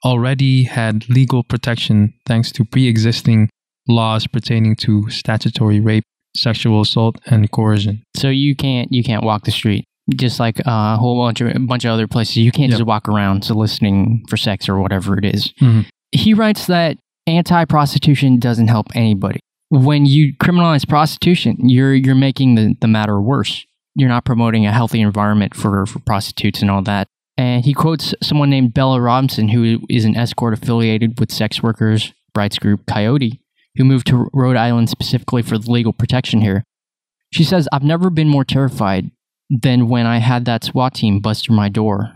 already had legal protection thanks to pre existing laws pertaining to statutory rape, sexual assault, and coercion.
So you can't you can't walk the street just like uh, a whole bunch of a bunch of other places. You can't just walk around soliciting for sex or whatever it is.
Mhm.
He writes that anti-prostitution doesn't help anybody. When you criminalize prostitution, you're you're making the, the matter worse. You're not promoting a healthy environment for, for prostitutes and all that. And he quotes someone named Bella Robinson, who is an escort affiliated with sex workers rights group Coyote, who moved to Rhode Island specifically for the legal protection here. She says, I've never been more terrified than when I had that SWAT team bust through my door.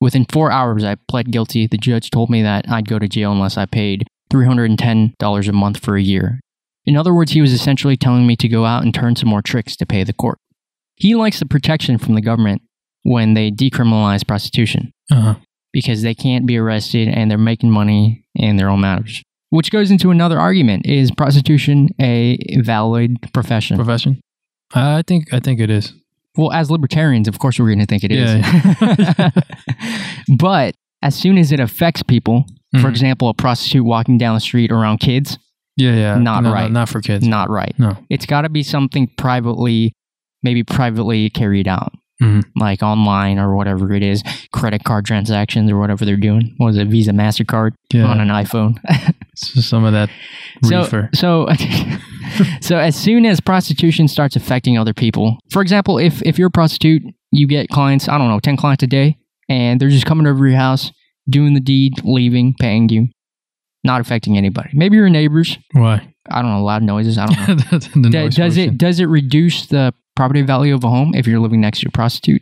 Within four hours, I pled guilty. The judge told me that I'd go to jail unless I paid $310 a month for a year. In other words, he was essentially telling me to go out and turn some more tricks to pay the court. He likes the protection from the government when they decriminalize prostitution
Uh-huh.
because they can't be arrested and they're making money in their own matters. Which goes into another argument is prostitution a valid profession?
Profession? I think I think it is.
Well, as libertarians, of course, we're going to think it is.
Yeah.
[laughs] but as soon as it affects people,
Mhm.
for example, a prostitute walking down the street around kids,
Yeah, yeah.
Not
No, no,
right.
not for kids.
not right.
No.
It's got to be something privately, maybe privately carried out,
Mhm.
like online or whatever it is, credit card transactions or whatever they're doing. What is it, Visa, MasterCard
Yeah.
on an iPhone?
S- some of that reefer.
So, so, [laughs] so as soon as prostitution starts affecting other people, for example, if if you're a prostitute, you get clients, I don't know, ten clients a day, and they're just coming over to your house, doing the deed, leaving, paying you, not affecting anybody. Maybe your neighbors.
[laughs] Why?
I don't know, loud noises. I don't know.
That's [laughs] the
Do-
noise
does it
pollution.
does it reduce the property value of a home if you're living next to a prostitute?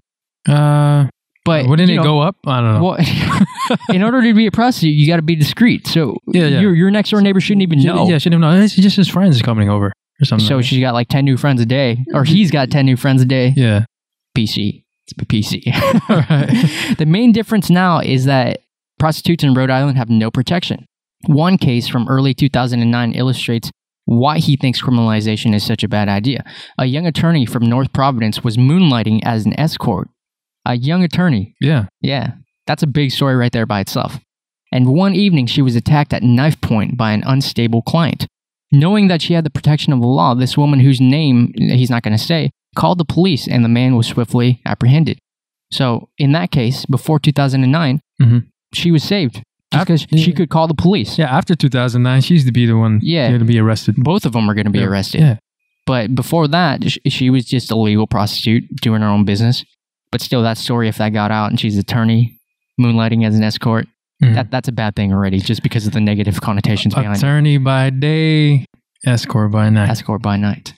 Uh,
But
wouldn't
you
it
know,
go up? I don't know.
Well, [laughs] in order to be a prostitute, you got to be discreet. So
Yeah, yeah.
your your next door neighbor shouldn't even
She-
know.
Yeah, she didn't know. It's just his friends coming over or something.
So
like that.
she's got like 10 new friends a day, or he's got 10 new friends a day.
Yeah.
PC. It's a [laughs] PC.
All right.
the main difference now is that prostitutes in Rhode Island have no protection. One case from early 2009 illustrates why he thinks criminalization is such a bad idea. A young attorney from North Providence was moonlighting as an escort. A young attorney
Yeah.
yeah, that's a big story right there by itself. And one evening, she was attacked at knife point by an unstable client. Knowing that she had the protection of the law, this woman, whose name he's not going to say, called the police and the man was swiftly apprehended. So, in that case, before 2009,
Mhm.
she was saved just because she could call the police.
Yeah. After 2009, she's to be the one
Yeah.
to be arrested.
Both of them are going to be
Yeah.
arrested.
Yeah.
But before that, sh- she was just a legal prostitute doing her own business. But still, that story, if that got out and she's an attorney moonlighting as an escort,
Mhm.
that, that's a bad thing already just because of the negative
Uh,
connotations behind
Attorney by day, escort by night.
escort by night.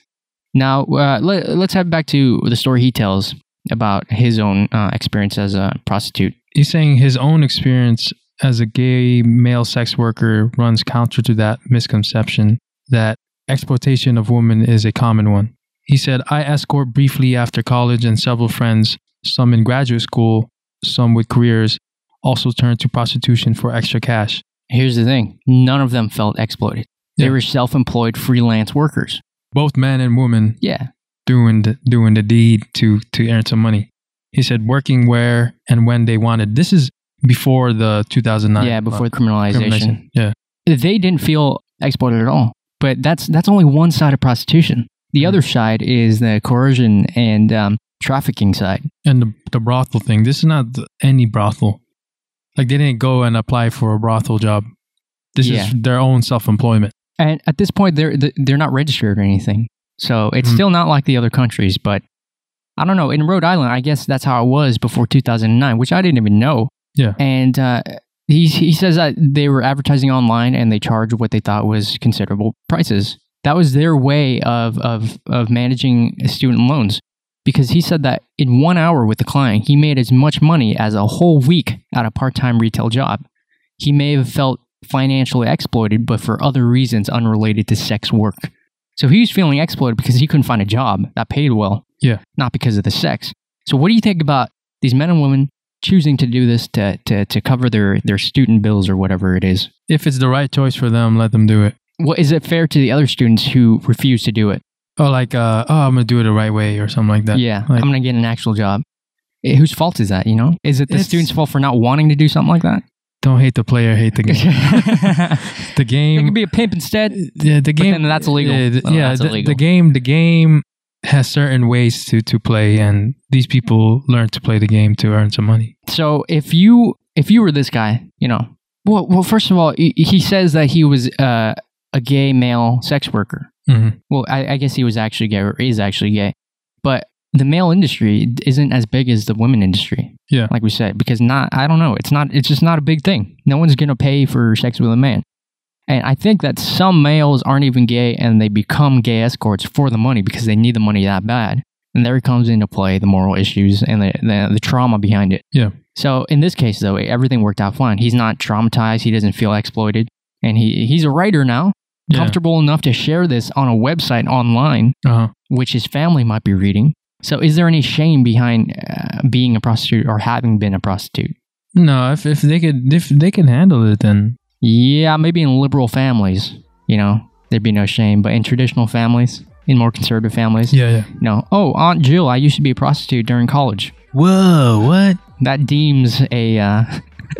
Now, uh, let, let's head back to the story he tells about his own uh, experience as a prostitute.
He's saying his own experience as a gay male sex worker runs counter to that misconception that exploitation of women is a common one. He said, I escort briefly after college, and several friends, some in graduate school, some with careers, also turned to prostitution for extra cash.
Here's the thing none of them felt exploited, they
Yeah.
were self employed freelance workers.
Both men and women
Yeah.
doing the, doing the deed to to earn some money. He said working where and when they wanted. This is before the 2009.
yeah, before
uh,
criminalization.
criminalization. Yeah.
they didn't feel exploited at all. But that's that's only one side of prostitution. The other side is the coercion and um, trafficking side.
And the, the brothel thing. This is not th- any brothel. Like they didn't go and apply for a brothel job. This
Yeah.
is their own self-employment.
And at this point, they're th- they're not registered or anything, so it's
Mm.
still not like the other countries. But I don't know. In Rhode Island, I guess that's how it was before 2009, which I didn't even know.
Yeah.
And uh, he he says that they were advertising online and they charged what they thought was considerable prices. That was their way of of of managing student loans, because he said that in one hour with the client, he made as much money as a whole week at a part time retail job he may have felt financially exploited, but for other reasons unrelated to sex work. So he was feeling exploited because he couldn't find a job that paid well.
Yeah.
Not because of the sex. So what do you think about these men and women choosing to do this to, to, to cover their, their student bills or whatever it is?
If it's the right choice for them, let them do it.
What is it fair to the other students who refuse to do it?
Or like, uh, oh, I'm gonna do it the right way or something like that.
yeah.
like-
I'm gonna get an actual job. Eh, whose fault is that, you know? Is it the
It's-
students' fault for not wanting to do something like that?
Don't hate the player, hate the
[laughs]
game.
it
the game.
could be a pimp instead.
yeah, the game.
then that's illegal.
Yeah, the,
Well,
yeah,
that's
the,
illegal.
the game. The game has certain ways to to play, and these people learn to play the game to earn some money.
So if you if you were this guy, you know, well, well, first of all, he, he says that he was uh, a gay male sex worker.
Mhm.
Well, I, I guess he was actually gay or is actually gay, but the male industry isn't as big as the women industry.
Yeah.
like we said, because not I don't know, it's not it's just not a big thing. No one's gonna pay for sex with a man. And I think that some males aren't even gay and they become gay escorts for the money because they need the money that bad. And there comes into play the moral issues and the, the, the trauma behind it.
Yeah.
So in this case, though, e, everything worked out fine. He's not traumatized. He doesn't feel exploited. And he, he's a writer now,
Yeah.
comfortable enough to share this on a website online,
Uh-huh.
which his family might be reading. So is there any shame behind uh, being a prostitute or having been a prostitute?
No, if if they could if they can handle it, then
Yeah, maybe in liberal families, you know, there'd be no shame. But in traditional families, in more conservative families,
yeah, yeah.
no. Oh, Aunt Jill, I used to be a prostitute during college.
Whoa, what?
That deems a uh, [laughs]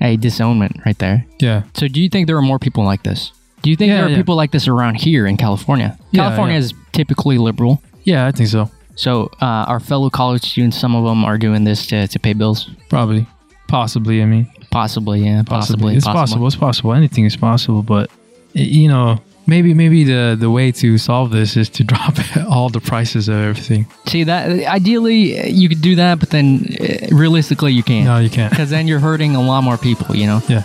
a disownment right there.
Yeah,
So, do you think there are more people like this? Do you think
Yeah,
there are
yeah.
people like this around here in California?
Yeah,
California
yeah.
is typically liberal.
yeah. I think so.
So, uh, our fellow college students, some of them are doing this to, to pay bills.
Probably, possibly. I mean,
Possibly, yeah. Possibly.
It's possible. It's possible. Anything is possible. But y- you know, maybe maybe the the way to solve this is to [laughs] drop all the prices of everything.
See, that ideally uh, you could do that, but then uh, realistically you can't.
No, you can't.
[laughs] Because then you're hurting a lot more people, you know?
Yeah.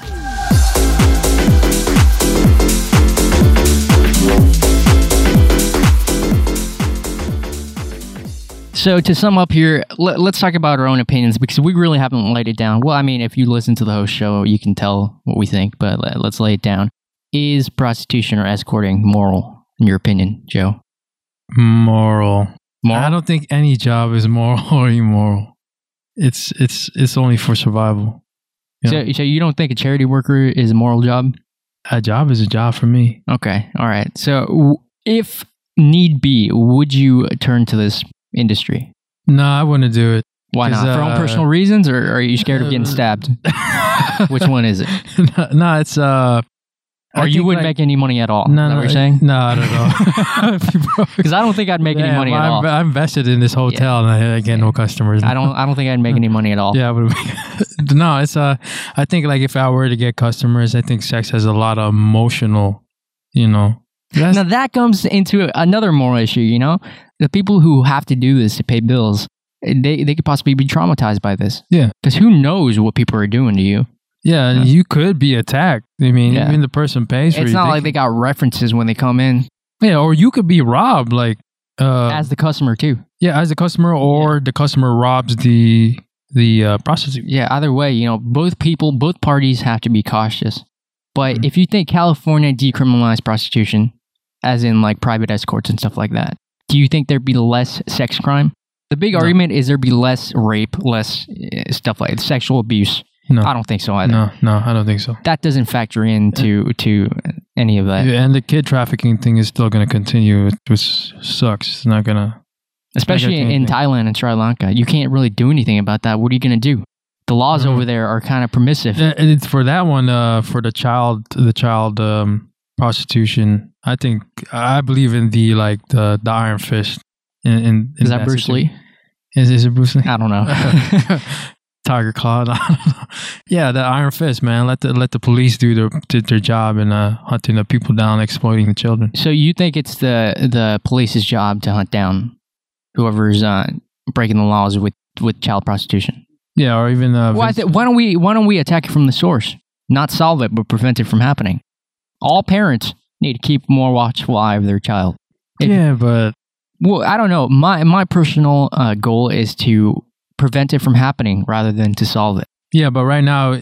So to sum up here, let, let's talk about our own opinions because we really haven't laid it down. Well, I mean, if you listen to the host show, you can tell what we think, but let, let's lay it down. Is prostitution or escorting moral, in your opinion, Joe?
Moral.
Moral?
I don't think any job is moral [laughs] or immoral. It's it's it's only for survival. yeah.
so, so you don't think a charity worker is a moral job?
A job is a job for me.
Okay, all right. So w- if need be, would you turn to this industry?
No, I wouldn't do it. [laughs]
Why
Is,
not? For your
uh,
own personal reasons, or are you scared of getting
uh,
stabbed?
[laughs]
Which one is it?
no, no, it's uh.
Or you wouldn't make any money at all?
No,
is that
no,
what you're saying?
[laughs] No, I don't know.
[laughs]
[laughs]
Because I don't think I'd make any
Yeah,
money
well,
at
I'm,
all.
I'm invested in this hotel and I, I get no customers. [laughs]
I don't. I don't think I'd make any money at all.
Yeah, I would. [laughs] no, it's uh, I think like if I were to get customers, I think sex has a lot of emotional, you know. That's,
Now that comes into another moral issue. You know, the people who have to do this to pay bills, they they could possibly be traumatized by this.
Yeah.
Because who knows what people are doing to you?
yeah,
Yeah.
you could be attacked. I mean,
Yeah.
even the person pays
It's,
for you.
not like they got references when they come in
yeah, or you could be robbed. Like, uh,
as the customer too.
yeah, as a customer, or the customer robs the the uh, prostitute.
Yeah. Either way, you know, both people, both parties have to be cautious. But
Mm-hmm.
if you think California decriminalized prostitution, as in like private escorts and stuff like that, do you think there'd be less sex crime? The big
No.
argument is there'd be less rape, less eh, stuff like sexual abuse.
No.
I don't think so either.
No, no, I don't think so.
That doesn't factor into to any of that,
Yeah, and the kid trafficking thing is still going to continue, which sucks. It's not going to.
especially
Like, I
in,
can't think.
Thailand and Sri Lanka. You can't really do anything about that. What are you going to do? The laws
Mhm.
over there are kind of permissive.
Yeah, and it's for that one, uh, for the child, the child um, prostitution. I think I believe in the like the, the iron fist. In, in, in
Is that Bruce
situation.
Lee?
Is, is it Bruce Lee?
I
[laughs]
don't know. [laughs]
Tiger Claw. [laughs] I don't know. yeah, the iron fist, man. Let the let the police do their did their job in uh, hunting the people down, exploiting the children.
so you think it's the the police's job to hunt down whoever's uh, breaking the laws with, with child prostitution?
Yeah, or even uh,
Why,
Vince-
th- why don't we why don't we attack it from the source? Not solve it, but prevent it from happening. All parents need to keep more watchful eye of their child. if-
yeah, but
Well, I don't know. My my personal uh, goal is to prevent it from happening rather than to solve it.
yeah, but right now,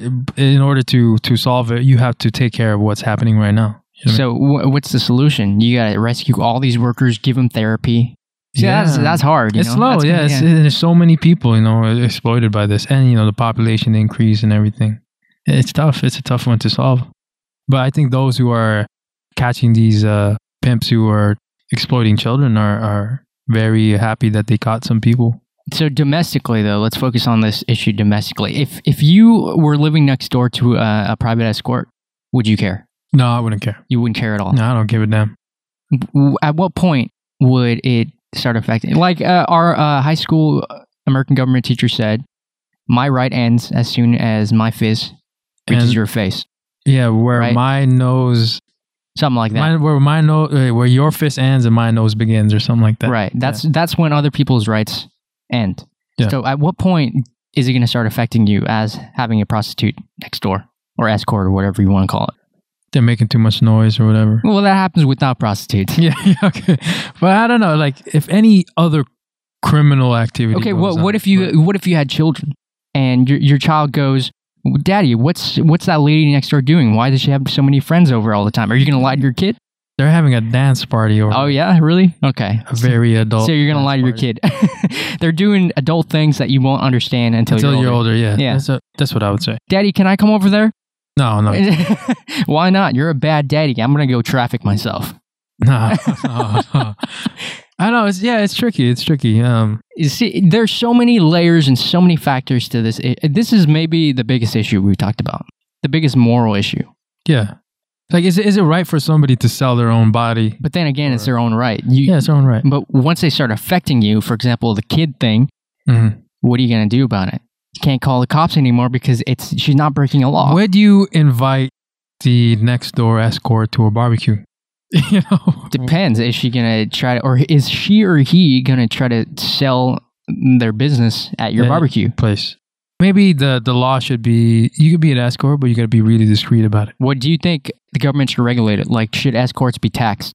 in order to to solve it, you have to take care of what's happening right now. You know what
So, wh- what's the solution? You got to rescue all these workers, give them therapy.
I mean?
See, that's that's hard. you
it's
know?
slow,
That's
yeah.
gonna-
It's, and there's so many people, you know, exploited by this, and you know the population increase and everything. It's tough. It's a tough one to solve. But I think those who are catching these uh, pimps who are exploiting children are, are very happy that they caught some people.
So domestically, though, let's focus on this issue domestically. If if you were living next door to a, a private escort, would you care?
No, I wouldn't care.
You wouldn't care at all.
No, I don't give a damn.
W- At what point would it start affecting? Like uh, our uh, high school American government teacher said, "My right ends as soon as my fist reaches
And-
your face."
Yeah, where
Right.
my nose,
Something like that.
my, where my nose, where your fist ends and my nose begins, or something like that.
right. That's that's when other people's rights end.
Yeah.
So at what point is it going to start affecting you as having a prostitute next door or escort or whatever you want to call it?
They're making too much noise or whatever.
Well, that happens without prostitutes.
[laughs] yeah, yeah, okay. But I don't know. Like, if any other criminal activity.
Okay,
goes
what
on,
what if you what if you had children and your your child goes, "Daddy, what's what's that lady next door doing? Why does she have so many friends over all the time? Are you going to lie to your kid?"
they're having a dance party or
Oh yeah, really? Okay.
a very adult.
So you're going
dance
to lie to your
party.
kid. [laughs] They're doing adult things that you won't understand until,
until
you're,
you're
older.
older. Yeah,
Yeah.
That's, a- that's what I would say.
Daddy, can I come over there?
No, no,
[laughs] Why not? You're a bad daddy. I'm going to go traffic myself.
no, [laughs] no, no. I know. It's yeah, it's tricky. It's tricky. Um,
You see, there's so many layers and so many factors to this. I- This is maybe the biggest issue we talked about, the biggest moral issue.
yeah. Like, is it, is it right for somebody to sell their own body?
But then again, it's their own right. You,
Yeah, it's their own right.
But once they start affecting you, for example, the kid thing,
Mhm.
what are you going to do about it? You can't call the cops anymore because it's she's not breaking a law.
Where do you invite the next door escort to a barbecue? [laughs] you know,
Depends. Is she going to try to, or is she or he going to try to sell their business at your
Yeah.
barbecue?
place. Maybe the the law should be you could be an escort, but you got to be really discreet about it.
What do you think the government should regulate it? Like, should escorts be taxed?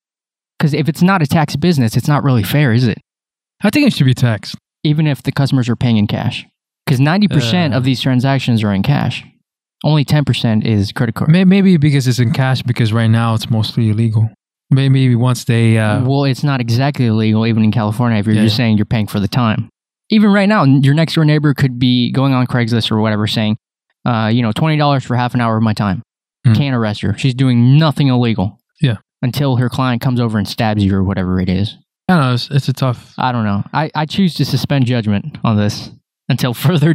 Because if it's not a tax business, it's not really fair, is it?
I think it should be taxed.
Even if the customers are paying in cash. Because 90%
Uh.
of these transactions are in cash, only 10% is credit card.
May- Maybe because it's in cash, because right now it's mostly illegal. May- Maybe once they uh,
well, it's not exactly illegal even in California if you're
Yeah,
just
yeah.
saying you're paying for the time. Even right now, n- your next door neighbor could be going on Craigslist or whatever saying, uh, you know, $20 for half an hour of my time.
Hmm.
Can't arrest her. She's doing nothing illegal.
Yeah.
Until her client comes over and stabs you or whatever it is.
I don't know. It's, it's a tough.
I don't know. I, I choose to suspend judgment on this until [laughs] further
I-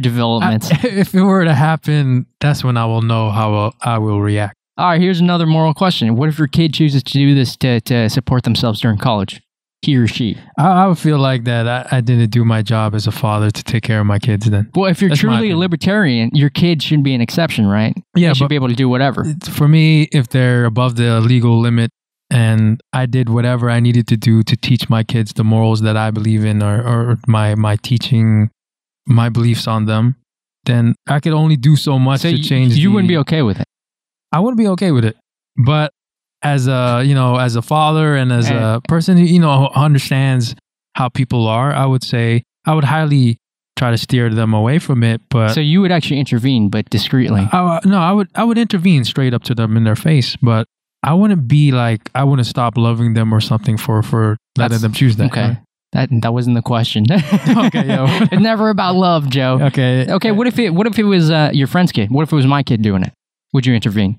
[laughs]
developments.
if it were to happen, that's when I will know how I'll- I will react.
All right, here's another moral question. What if your kid chooses to do this to, to support themselves during college? He or she.
I, I would feel like that I, I didn't do my job as a father to take care of my kids. Then,
Well, if you're
That's my
truly a
opinion.
libertarian, your kid shouldn't be an exception, right?
yeah,
they should
but
be able to do whatever.
it's- for me, if they're above the legal limit and I did whatever I needed to do to teach my kids the morals that I believe in or, or my, my teaching, my beliefs on them, then I could only do so much
So
to
you,
change.
you
the-
wouldn't be okay with it.
I wouldn't be okay with it. But as a, you know, as a father and as a person who, you know, understands how people are, I would say I would highly try to steer them away from it. But Uh,
so you would actually intervene, but discreetly.
I, no, I would I would intervene straight up to them in their face, but I wouldn't be like I wouldn't stop loving them or something for for letting
That's-
them choose that. uh,
okay. That that wasn't the
[laughs]
question. okay,
yeah.
it's [laughs] never about love, Joe.
Okay.
Okay, what if it what if it was uh, your friend's kid? What if it was my kid doing it? Would you intervene?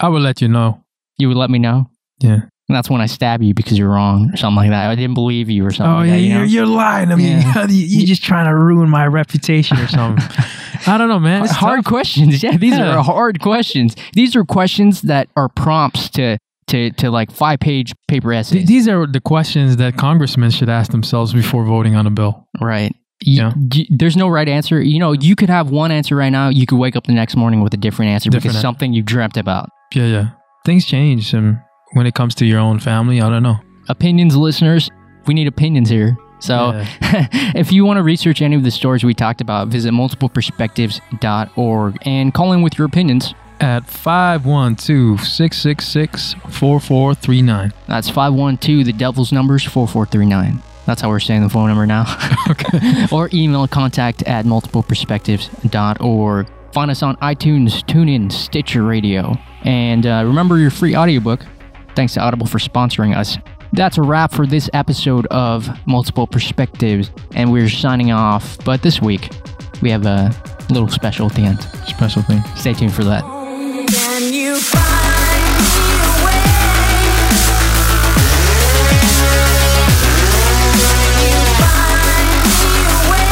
I would let you know.
You would let me know.
Yeah.
And that's when I stab you because you're wrong or something like that. I didn't believe you or something.
oh
like
yeah,
that, you know?
you're, you're lying to me.
Yeah.
[laughs] You- you're just trying to ruin my reputation or
[laughs]
something. I don't know, man. It's
hard
tough.
questions. Yeah,
[laughs]
these
Yeah.
are hard questions. These are questions that are prompts to to to like five page paper
Th-
essays.
These are the questions that congressmen should ask themselves before voting on a bill.
right. You-
Yeah.
you- there's no right answer. You know, you could have one answer right now. You could wake up the next morning with a different answer
Different
because
an-
something you dreamt about.
Yeah, yeah. Things change, and when it comes to your own family, I don't know.
Opinions, listeners, we need opinions here. So
Yeah.
[laughs] if you want to research any of the stories we talked about, visit multipleperspectives.org and call in with your opinions.
At 512 666 4439.
That's 512 the devil's numbers 4439. That's how we're saying the phone number now. [laughs] okay. or email contact at multipleperspectives.org. Find us on iTunes, TuneIn, Stitcher Radio. And uh, remember your free audiobook. Thanks to Audible for sponsoring us. That's a wrap for this episode of Multiple Perspectives, and we're signing off. But this week, we have a little special at the end.
Special thing.
Stay tuned for that.
Can you find me a way? Can you find me a way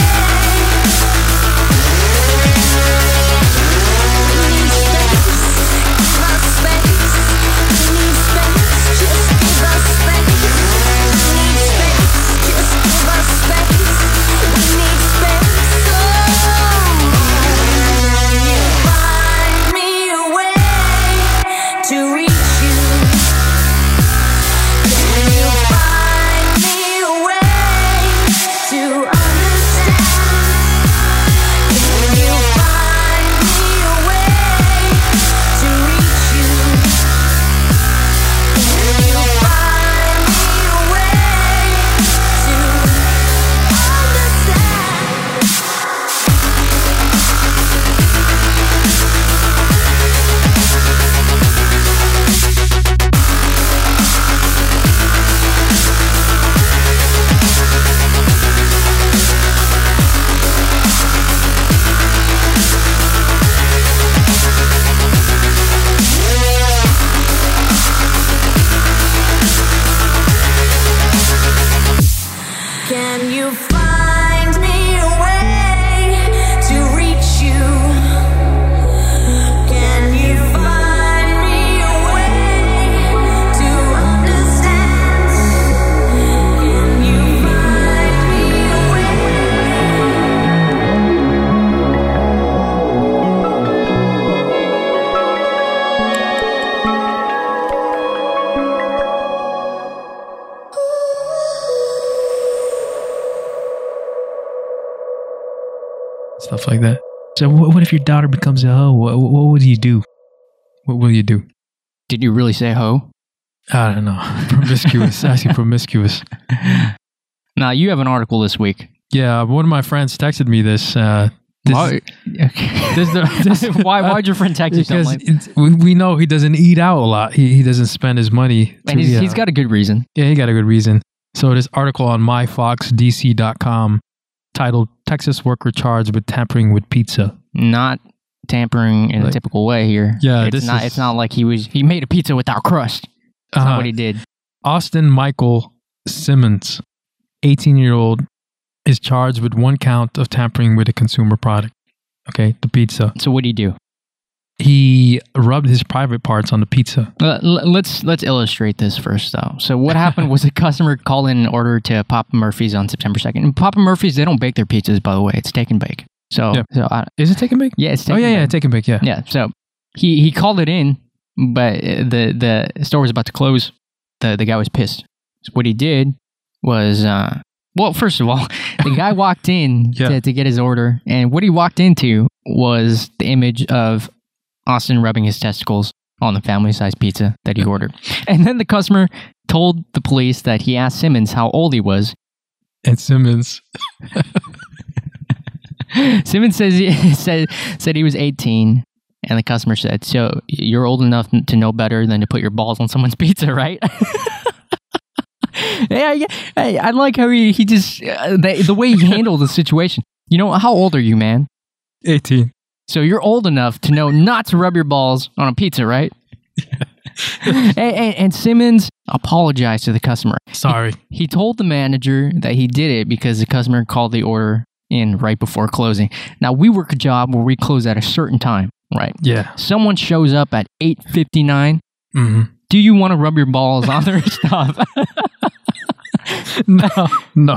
stuff like that. So, what, what if your daughter becomes a hoe? What, what would you do? What will you do?
Did you really say ho?
I don't know. [laughs] Promiscuous. Actually, promiscuous.
Now you have an article this week.
Yeah, one of my friends texted me this. Uh, this
why?
this-
[laughs]
this-
why? Why'd your friend text you
[laughs]
something?
because
Like?
it's- we, we know he doesn't eat out a lot. He, he doesn't spend his money. to-
And he's,
yeah.
he's got a good reason.
yeah, he got a good reason. So this article on myfoxdc.com titled "Texas Worker Charged with Tampering with Pizza."
Not tampering in a
Like-
typical way here.
Yeah,
it's
this
not.
is-
It's not like he was. He made a pizza without crust. That's
Uh-huh.
not what he did.
Austin Michael Simmons, 18 year old, is charged with one count of tampering with a consumer product. Okay, the pizza.
So what did he do?
He rubbed his private parts on the pizza.
Uh, l- let's let's illustrate this first though. So [laughs] what happened was a customer called in an order to Papa Murphy's on September second. And Papa Murphy's they don't bake their pizzas by the way. It's take and bake. So
Yeah.
so I,
Is it take and bake?
yeah, it's take
oh,
and
yeah, yeah,
bake.
take and bake, yeah.
yeah. So he he called it in, but uh, the the store was about to close. The the guy was pissed. So what he did was uh well, first of all, [laughs] the guy walked in
Yeah.
to, to get his order, and what he walked into was the image of Austin rubbing his testicles on the family sized pizza that he ordered. And then the customer told the police that he asked Simmons how old he was.
And Simmons.
[laughs] Simmons says he said, said he was 18, and the customer said, "So you're old enough to know better than to put your balls on someone's [laughs] pizza, right?" yeah, yeah. Hey, I like how he, he just uh, the, the way he handled the situation. You know, how old are you, man?
18.
So you're old enough to know not to rub your balls on a pizza, right? [laughs] and, and, and Simmons apologized to the customer.
Sorry.
He told the manager that he did it because the customer called the order in right before closing. Now we work a job where we close at a certain time, right?
yeah.
Someone shows up at 8:59.
hmm
Do you want to rub your balls on their [laughs] stuff?
No, [laughs] no.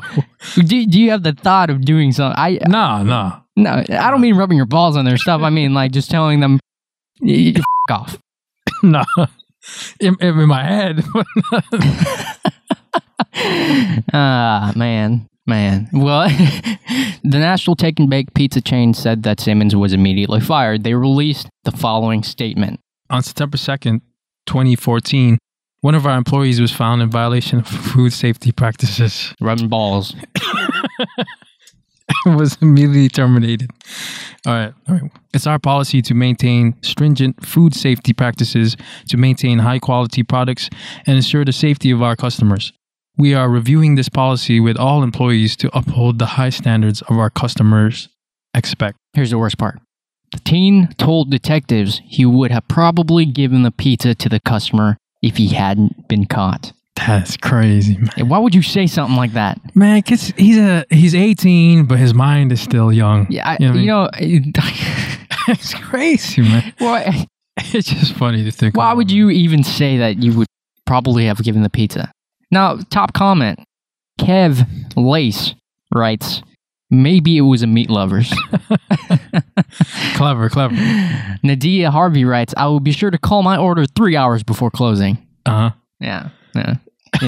do, do you have the thought of doing something? I
No, no. [laughs]
no, I don't mean rubbing your balls on their stuff. I mean like just telling them "Y- y- f- off. [laughs]
No. In, in my head. [laughs]
Ah, man, man. Well, [laughs] the National Take and Bake pizza chain said that Simmons was immediately fired. They released the following statement.
on September 2nd, 2014, one of our employees was found in violation of food safety practices.
Rubbing balls.
[laughs] was immediately terminated. All right. All right. It's our policy to maintain stringent food safety practices to maintain high quality products and ensure the safety of our customers. We are reviewing this policy with all employees to uphold the high standards of our customers expect.
Here's the worst part. The teen told detectives he would have probably given the pizza to the customer if he hadn't been caught.
That's crazy, man.
And why would you say something like that?
Man, kids, he's a he's 18, but his mind is still young.
Yeah, I,
You know what I
you
mean? [laughs]
know, [laughs]
it's crazy, man.
why,
It's just funny to think.
why
about,
would
man.
you even say that you would probably have given the pizza? Now, top comment Kev Lace writes, maybe it was a
[laughs]
meat lover's.
Clever, clever.
Nadia Harvey writes, I will be sure to call my order three hours before closing.
Uh huh.
Yeah, yeah, you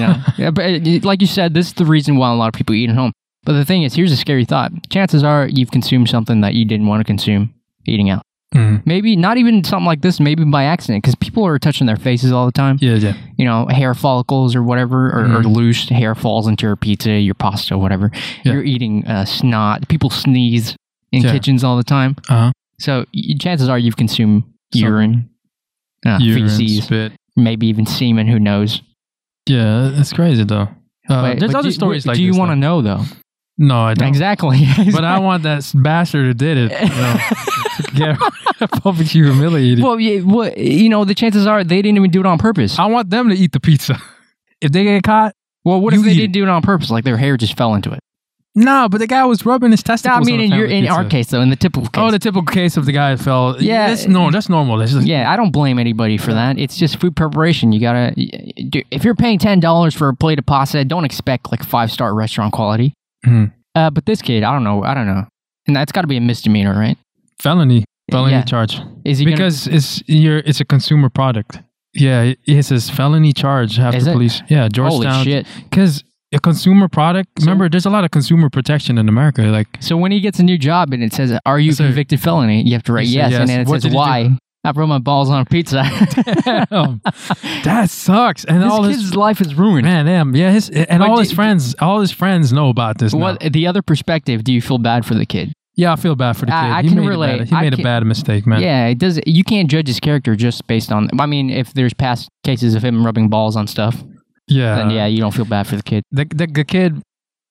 [laughs]
know, yeah. But uh, like you said, this is the reason why a lot of people eat at home. But the thing is, here's a scary thought: chances are you've consumed something that you didn't want to consume eating out.
Mhm.
Maybe not even something like this. Maybe by accident, because people are touching their faces all the time.
Yeah, yeah.
You know, hair follicles or whatever, or,
Mm-hmm.
or loose hair falls into your pizza, your pasta, whatever.
Yeah.
You're eating uh, snot. People sneeze in
Yeah.
kitchens all the time.
Uh-huh.
So y- chances are you've consumed
Something.
urine, uh,
Urine,
feces,
spit.
maybe even semen. Who knows?
Yeah, that's crazy though. Uh,
But-
there's
but
other
do,
stories
do
like
Do you
this,
want to
though.
know though?
No, I don't.
Exactly. [laughs]
But I want that s- bastard who did it. You know, to
[laughs]
get [laughs] publicly humiliated.
well, yeah, well, you know, the chances are they didn't even do it on purpose.
I want them to eat the
[laughs]
pizza. If they get caught,
well, what
you
if they
eat
did do it on purpose? Like their hair just fell into it.
no. But the guy was rubbing his
No, I
testicles.
mean,
on
in
the
your
family
in our
pizza.
case though, in the typical case.
Oh, the typical case of the guy fell.
Yeah.
that's no, that's normal. That's just,
yeah, I don't blame anybody for that. It's just food preparation. You gotta, do, if you're paying ten dollars for a plate of pasta, don't expect like five star restaurant quality.
Mhm.
Uh, but this kid, I don't know, I don't know, and that's got to be a misdemeanor, right?
felony, felony
Yeah.
charge
Is he gonna-
because it's your it's a consumer product. Yeah, it it says felony charge after
Is it?
police. Yeah, Georgetown.
holy shit?
Because a consumer product. Remember, there's a lot of consumer protection in America. Like, [laughs]
So when he gets a new job and it says, "Are you
Yes, sir.
convicted felony?" You have to write
You say
yes,
yes.
and then it
What
says
did you
why. I broke my balls on
[laughs]
a pizza. [laughs]
damn, that sucks. And Um, all
this
his
kid's life is ruined.
man, damn, yeah, his and
But
all
do-
his friends, all his friends know about this. now.
What the other perspective? Do you feel bad for the kid?
Yeah, I feel bad for the kid.
I- I
he
can
made A
relate.
bad, he
I
made
can-
a bad mistake, man.
Yeah, it does. You can't judge his character just based on. I mean, if there's past cases of him rubbing balls on stuff,
yeah.
then yeah, you don't feel bad for the kid.
The, the the kid,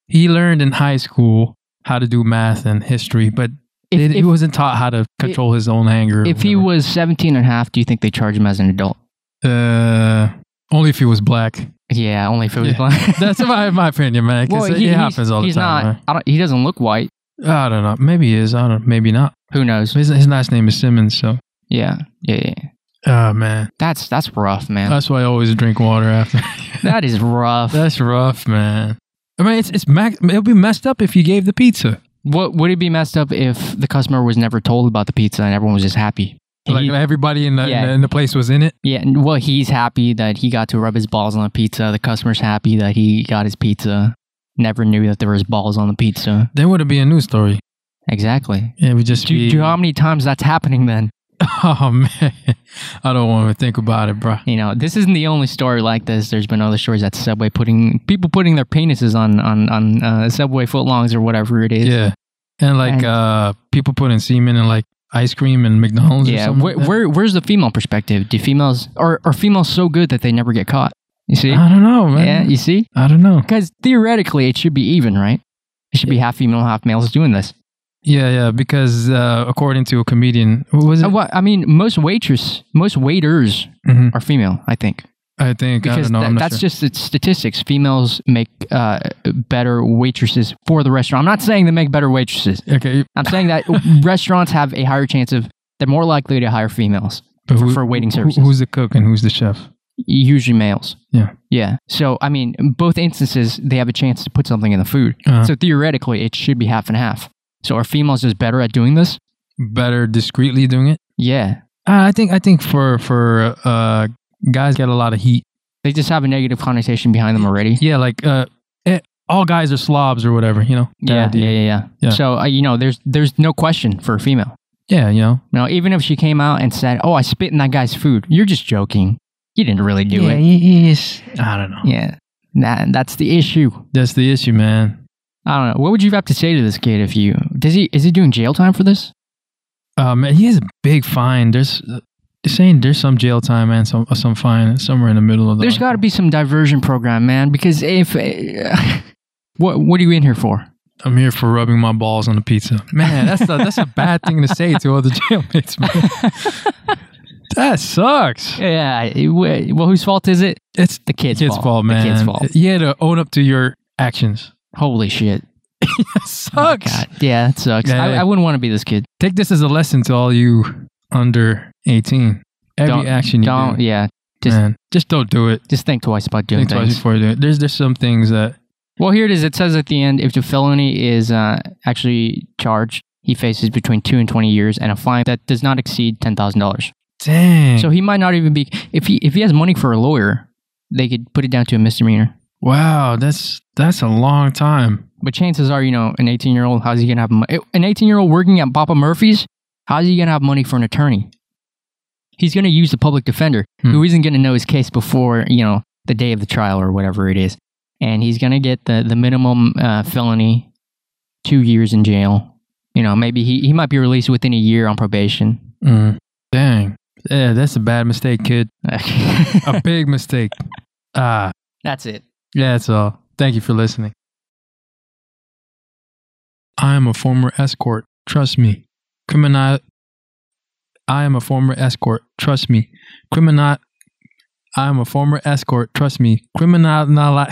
he learned in high school how to do math and history, but
If,
it, he
if,
wasn't taught how to control his own anger. or
if he
whatever.
was 17 and a half, do you think they charge him as an adult?
uh, only if he was black.
Yeah, only if it was
Yeah.
black.
[laughs] That's my my opinion,
[laughs]
man. 'cause it, it happens all the
he's
time.
Not, I don't, he doesn't look white.
man. I don't know. Maybe he is. I don't. Maybe not.
Who knows?
His, his last name is Simmons. So,
Yeah, yeah, yeah.
oh man,
That's that's rough, man.
that's why I always drink water after. [laughs]
that is rough.
Uh, that's rough, man. I mean, it's it's max, it'll be messed up if you gave the pizza.
What would it be messed up if the customer was never told about the pizza and everyone was just happy?
Like
He-
everybody in the,
Yeah.
in the in the place was in it.
yeah, and- well, he's happy that he got to rub his balls on the pizza. The customer's happy that he got his pizza. Never knew that there was balls on the pizza.
Then would it be a news story?
Exactly.
It would just
Do, do
be.
you know how many times that's happening then?
[laughs] oh man, I don't want to think about it, bro.
You know, this isn't the only story like this. There's been other stories at Subway putting people putting their penises on on on uh, Subway footlongs or whatever it is.
Yeah, and like
And-
uh, people putting semen in like ice cream and McDonald's. Or
Yeah,
something
where,
like that.
where where's the female perspective? Do females are are females so good that they never get caught? You see?
I don't know, man.
Yeah, you see?
I don't know.
Because theoretically, it should be even, right? It should be half female, half males doing this.
Yeah, yeah, because uh, according to a comedian, who was it?
Uh, what- I mean, most waitress, most waiters
Mhm.
are female, I think,
I think I
because
don't know.
tha-
I'm not
that's
sure.
just the statistics. Females make uh, better waitresses for the restaurant. I'm not saying they make better waitresses.
okay.
I'm saying
[laughs]
that restaurants have a higher chance of they're more likely to hire females.
But
for- for waiting
who-
services.
who's the cook and who's the chef?
usually males.
Yeah.
Yeah. So, I mean, in both instances, they have a chance to put something in the food.
Uh-huh.
So, theoretically, it should be half and half. So, are females just better at doing this?
Better discreetly doing it.
Yeah.
Uh, I think I think for for uh, guys get a lot of heat.
They just have a negative connotation behind them already.
Yeah, like uh, eh, all guys are slobs or whatever. You know. That
Yeah. Yeah.
idea.
Yeah. yeah.
Yeah.
So, uh, you know, there's there's no question for a female.
Yeah, you know.
You know, even if she came out and said, Oh, I spit in that guy's food, you're just joking. You didn't really do
yeah,
it.
yes. I don't know.
Yeah. That, that's the issue.
That's the issue, man.
I don't know. What would you have to say to this kid if you does he is he doing jail time for this?
Uh, man, he has a big fine. There's uh, it's saying there's some jail time and some some fine somewhere in the middle of the.
There's got to be some diversion program, man. Because if eh, [laughs] what what are you in here for?
I'm here for rubbing my balls on the pizza. Man, that's a, that's a bad thing to say to other [laughs] jailmates, man. that sucks.
Yeah. it- wh- Well, whose fault is it?
It's
The kid's,
kid's fault, man.
The kid's fault.
You had to own up to your
[laughs]
actions.
Holy shit.
That
Oh,
sucks.
God. Yeah, that sucks.
Yeah,
I,
yeah.
I wouldn't want to be this kid.
Take this as a lesson to all you under 18. Every
Don't-
action you
Don't.
do,
Yeah. just-
man, just don't do it.
Just think twice about doing
Think twice
things.
before you do it. There's there's some things that
Well, here it is. It says at the end, if the felony is uh, actually charged, he faces between two and twenty years and a fine that does not exceed ten thousand dollars.
dang.
So he might not even be if he if he has money for a lawyer, they could put it down to a misdemeanor.
wow, that's that's a long time.
But chances are, you know, an 18 year old, how's he going to have mo- eh, An 18 year old working at Papa Murphy's, how's he going to have money for an attorney? He's going to use the public defender
Hmm.
who isn't going to know his case before, you know, the day of the trial or whatever it is. And he's going to get the, the minimum uh, felony, two years in jail. You know, maybe he, he might be released within a year on probation. [laughs]
Mm. Dang. Yeah, that's a bad mistake, kid. A big mistake. Ah,
That's it.
yeah, that's all. Thank you for listening. I am a former escort. Trust me. Criminal. I am a former escort. Trust me. Criminal. I am a former escort. Trust me. Criminal.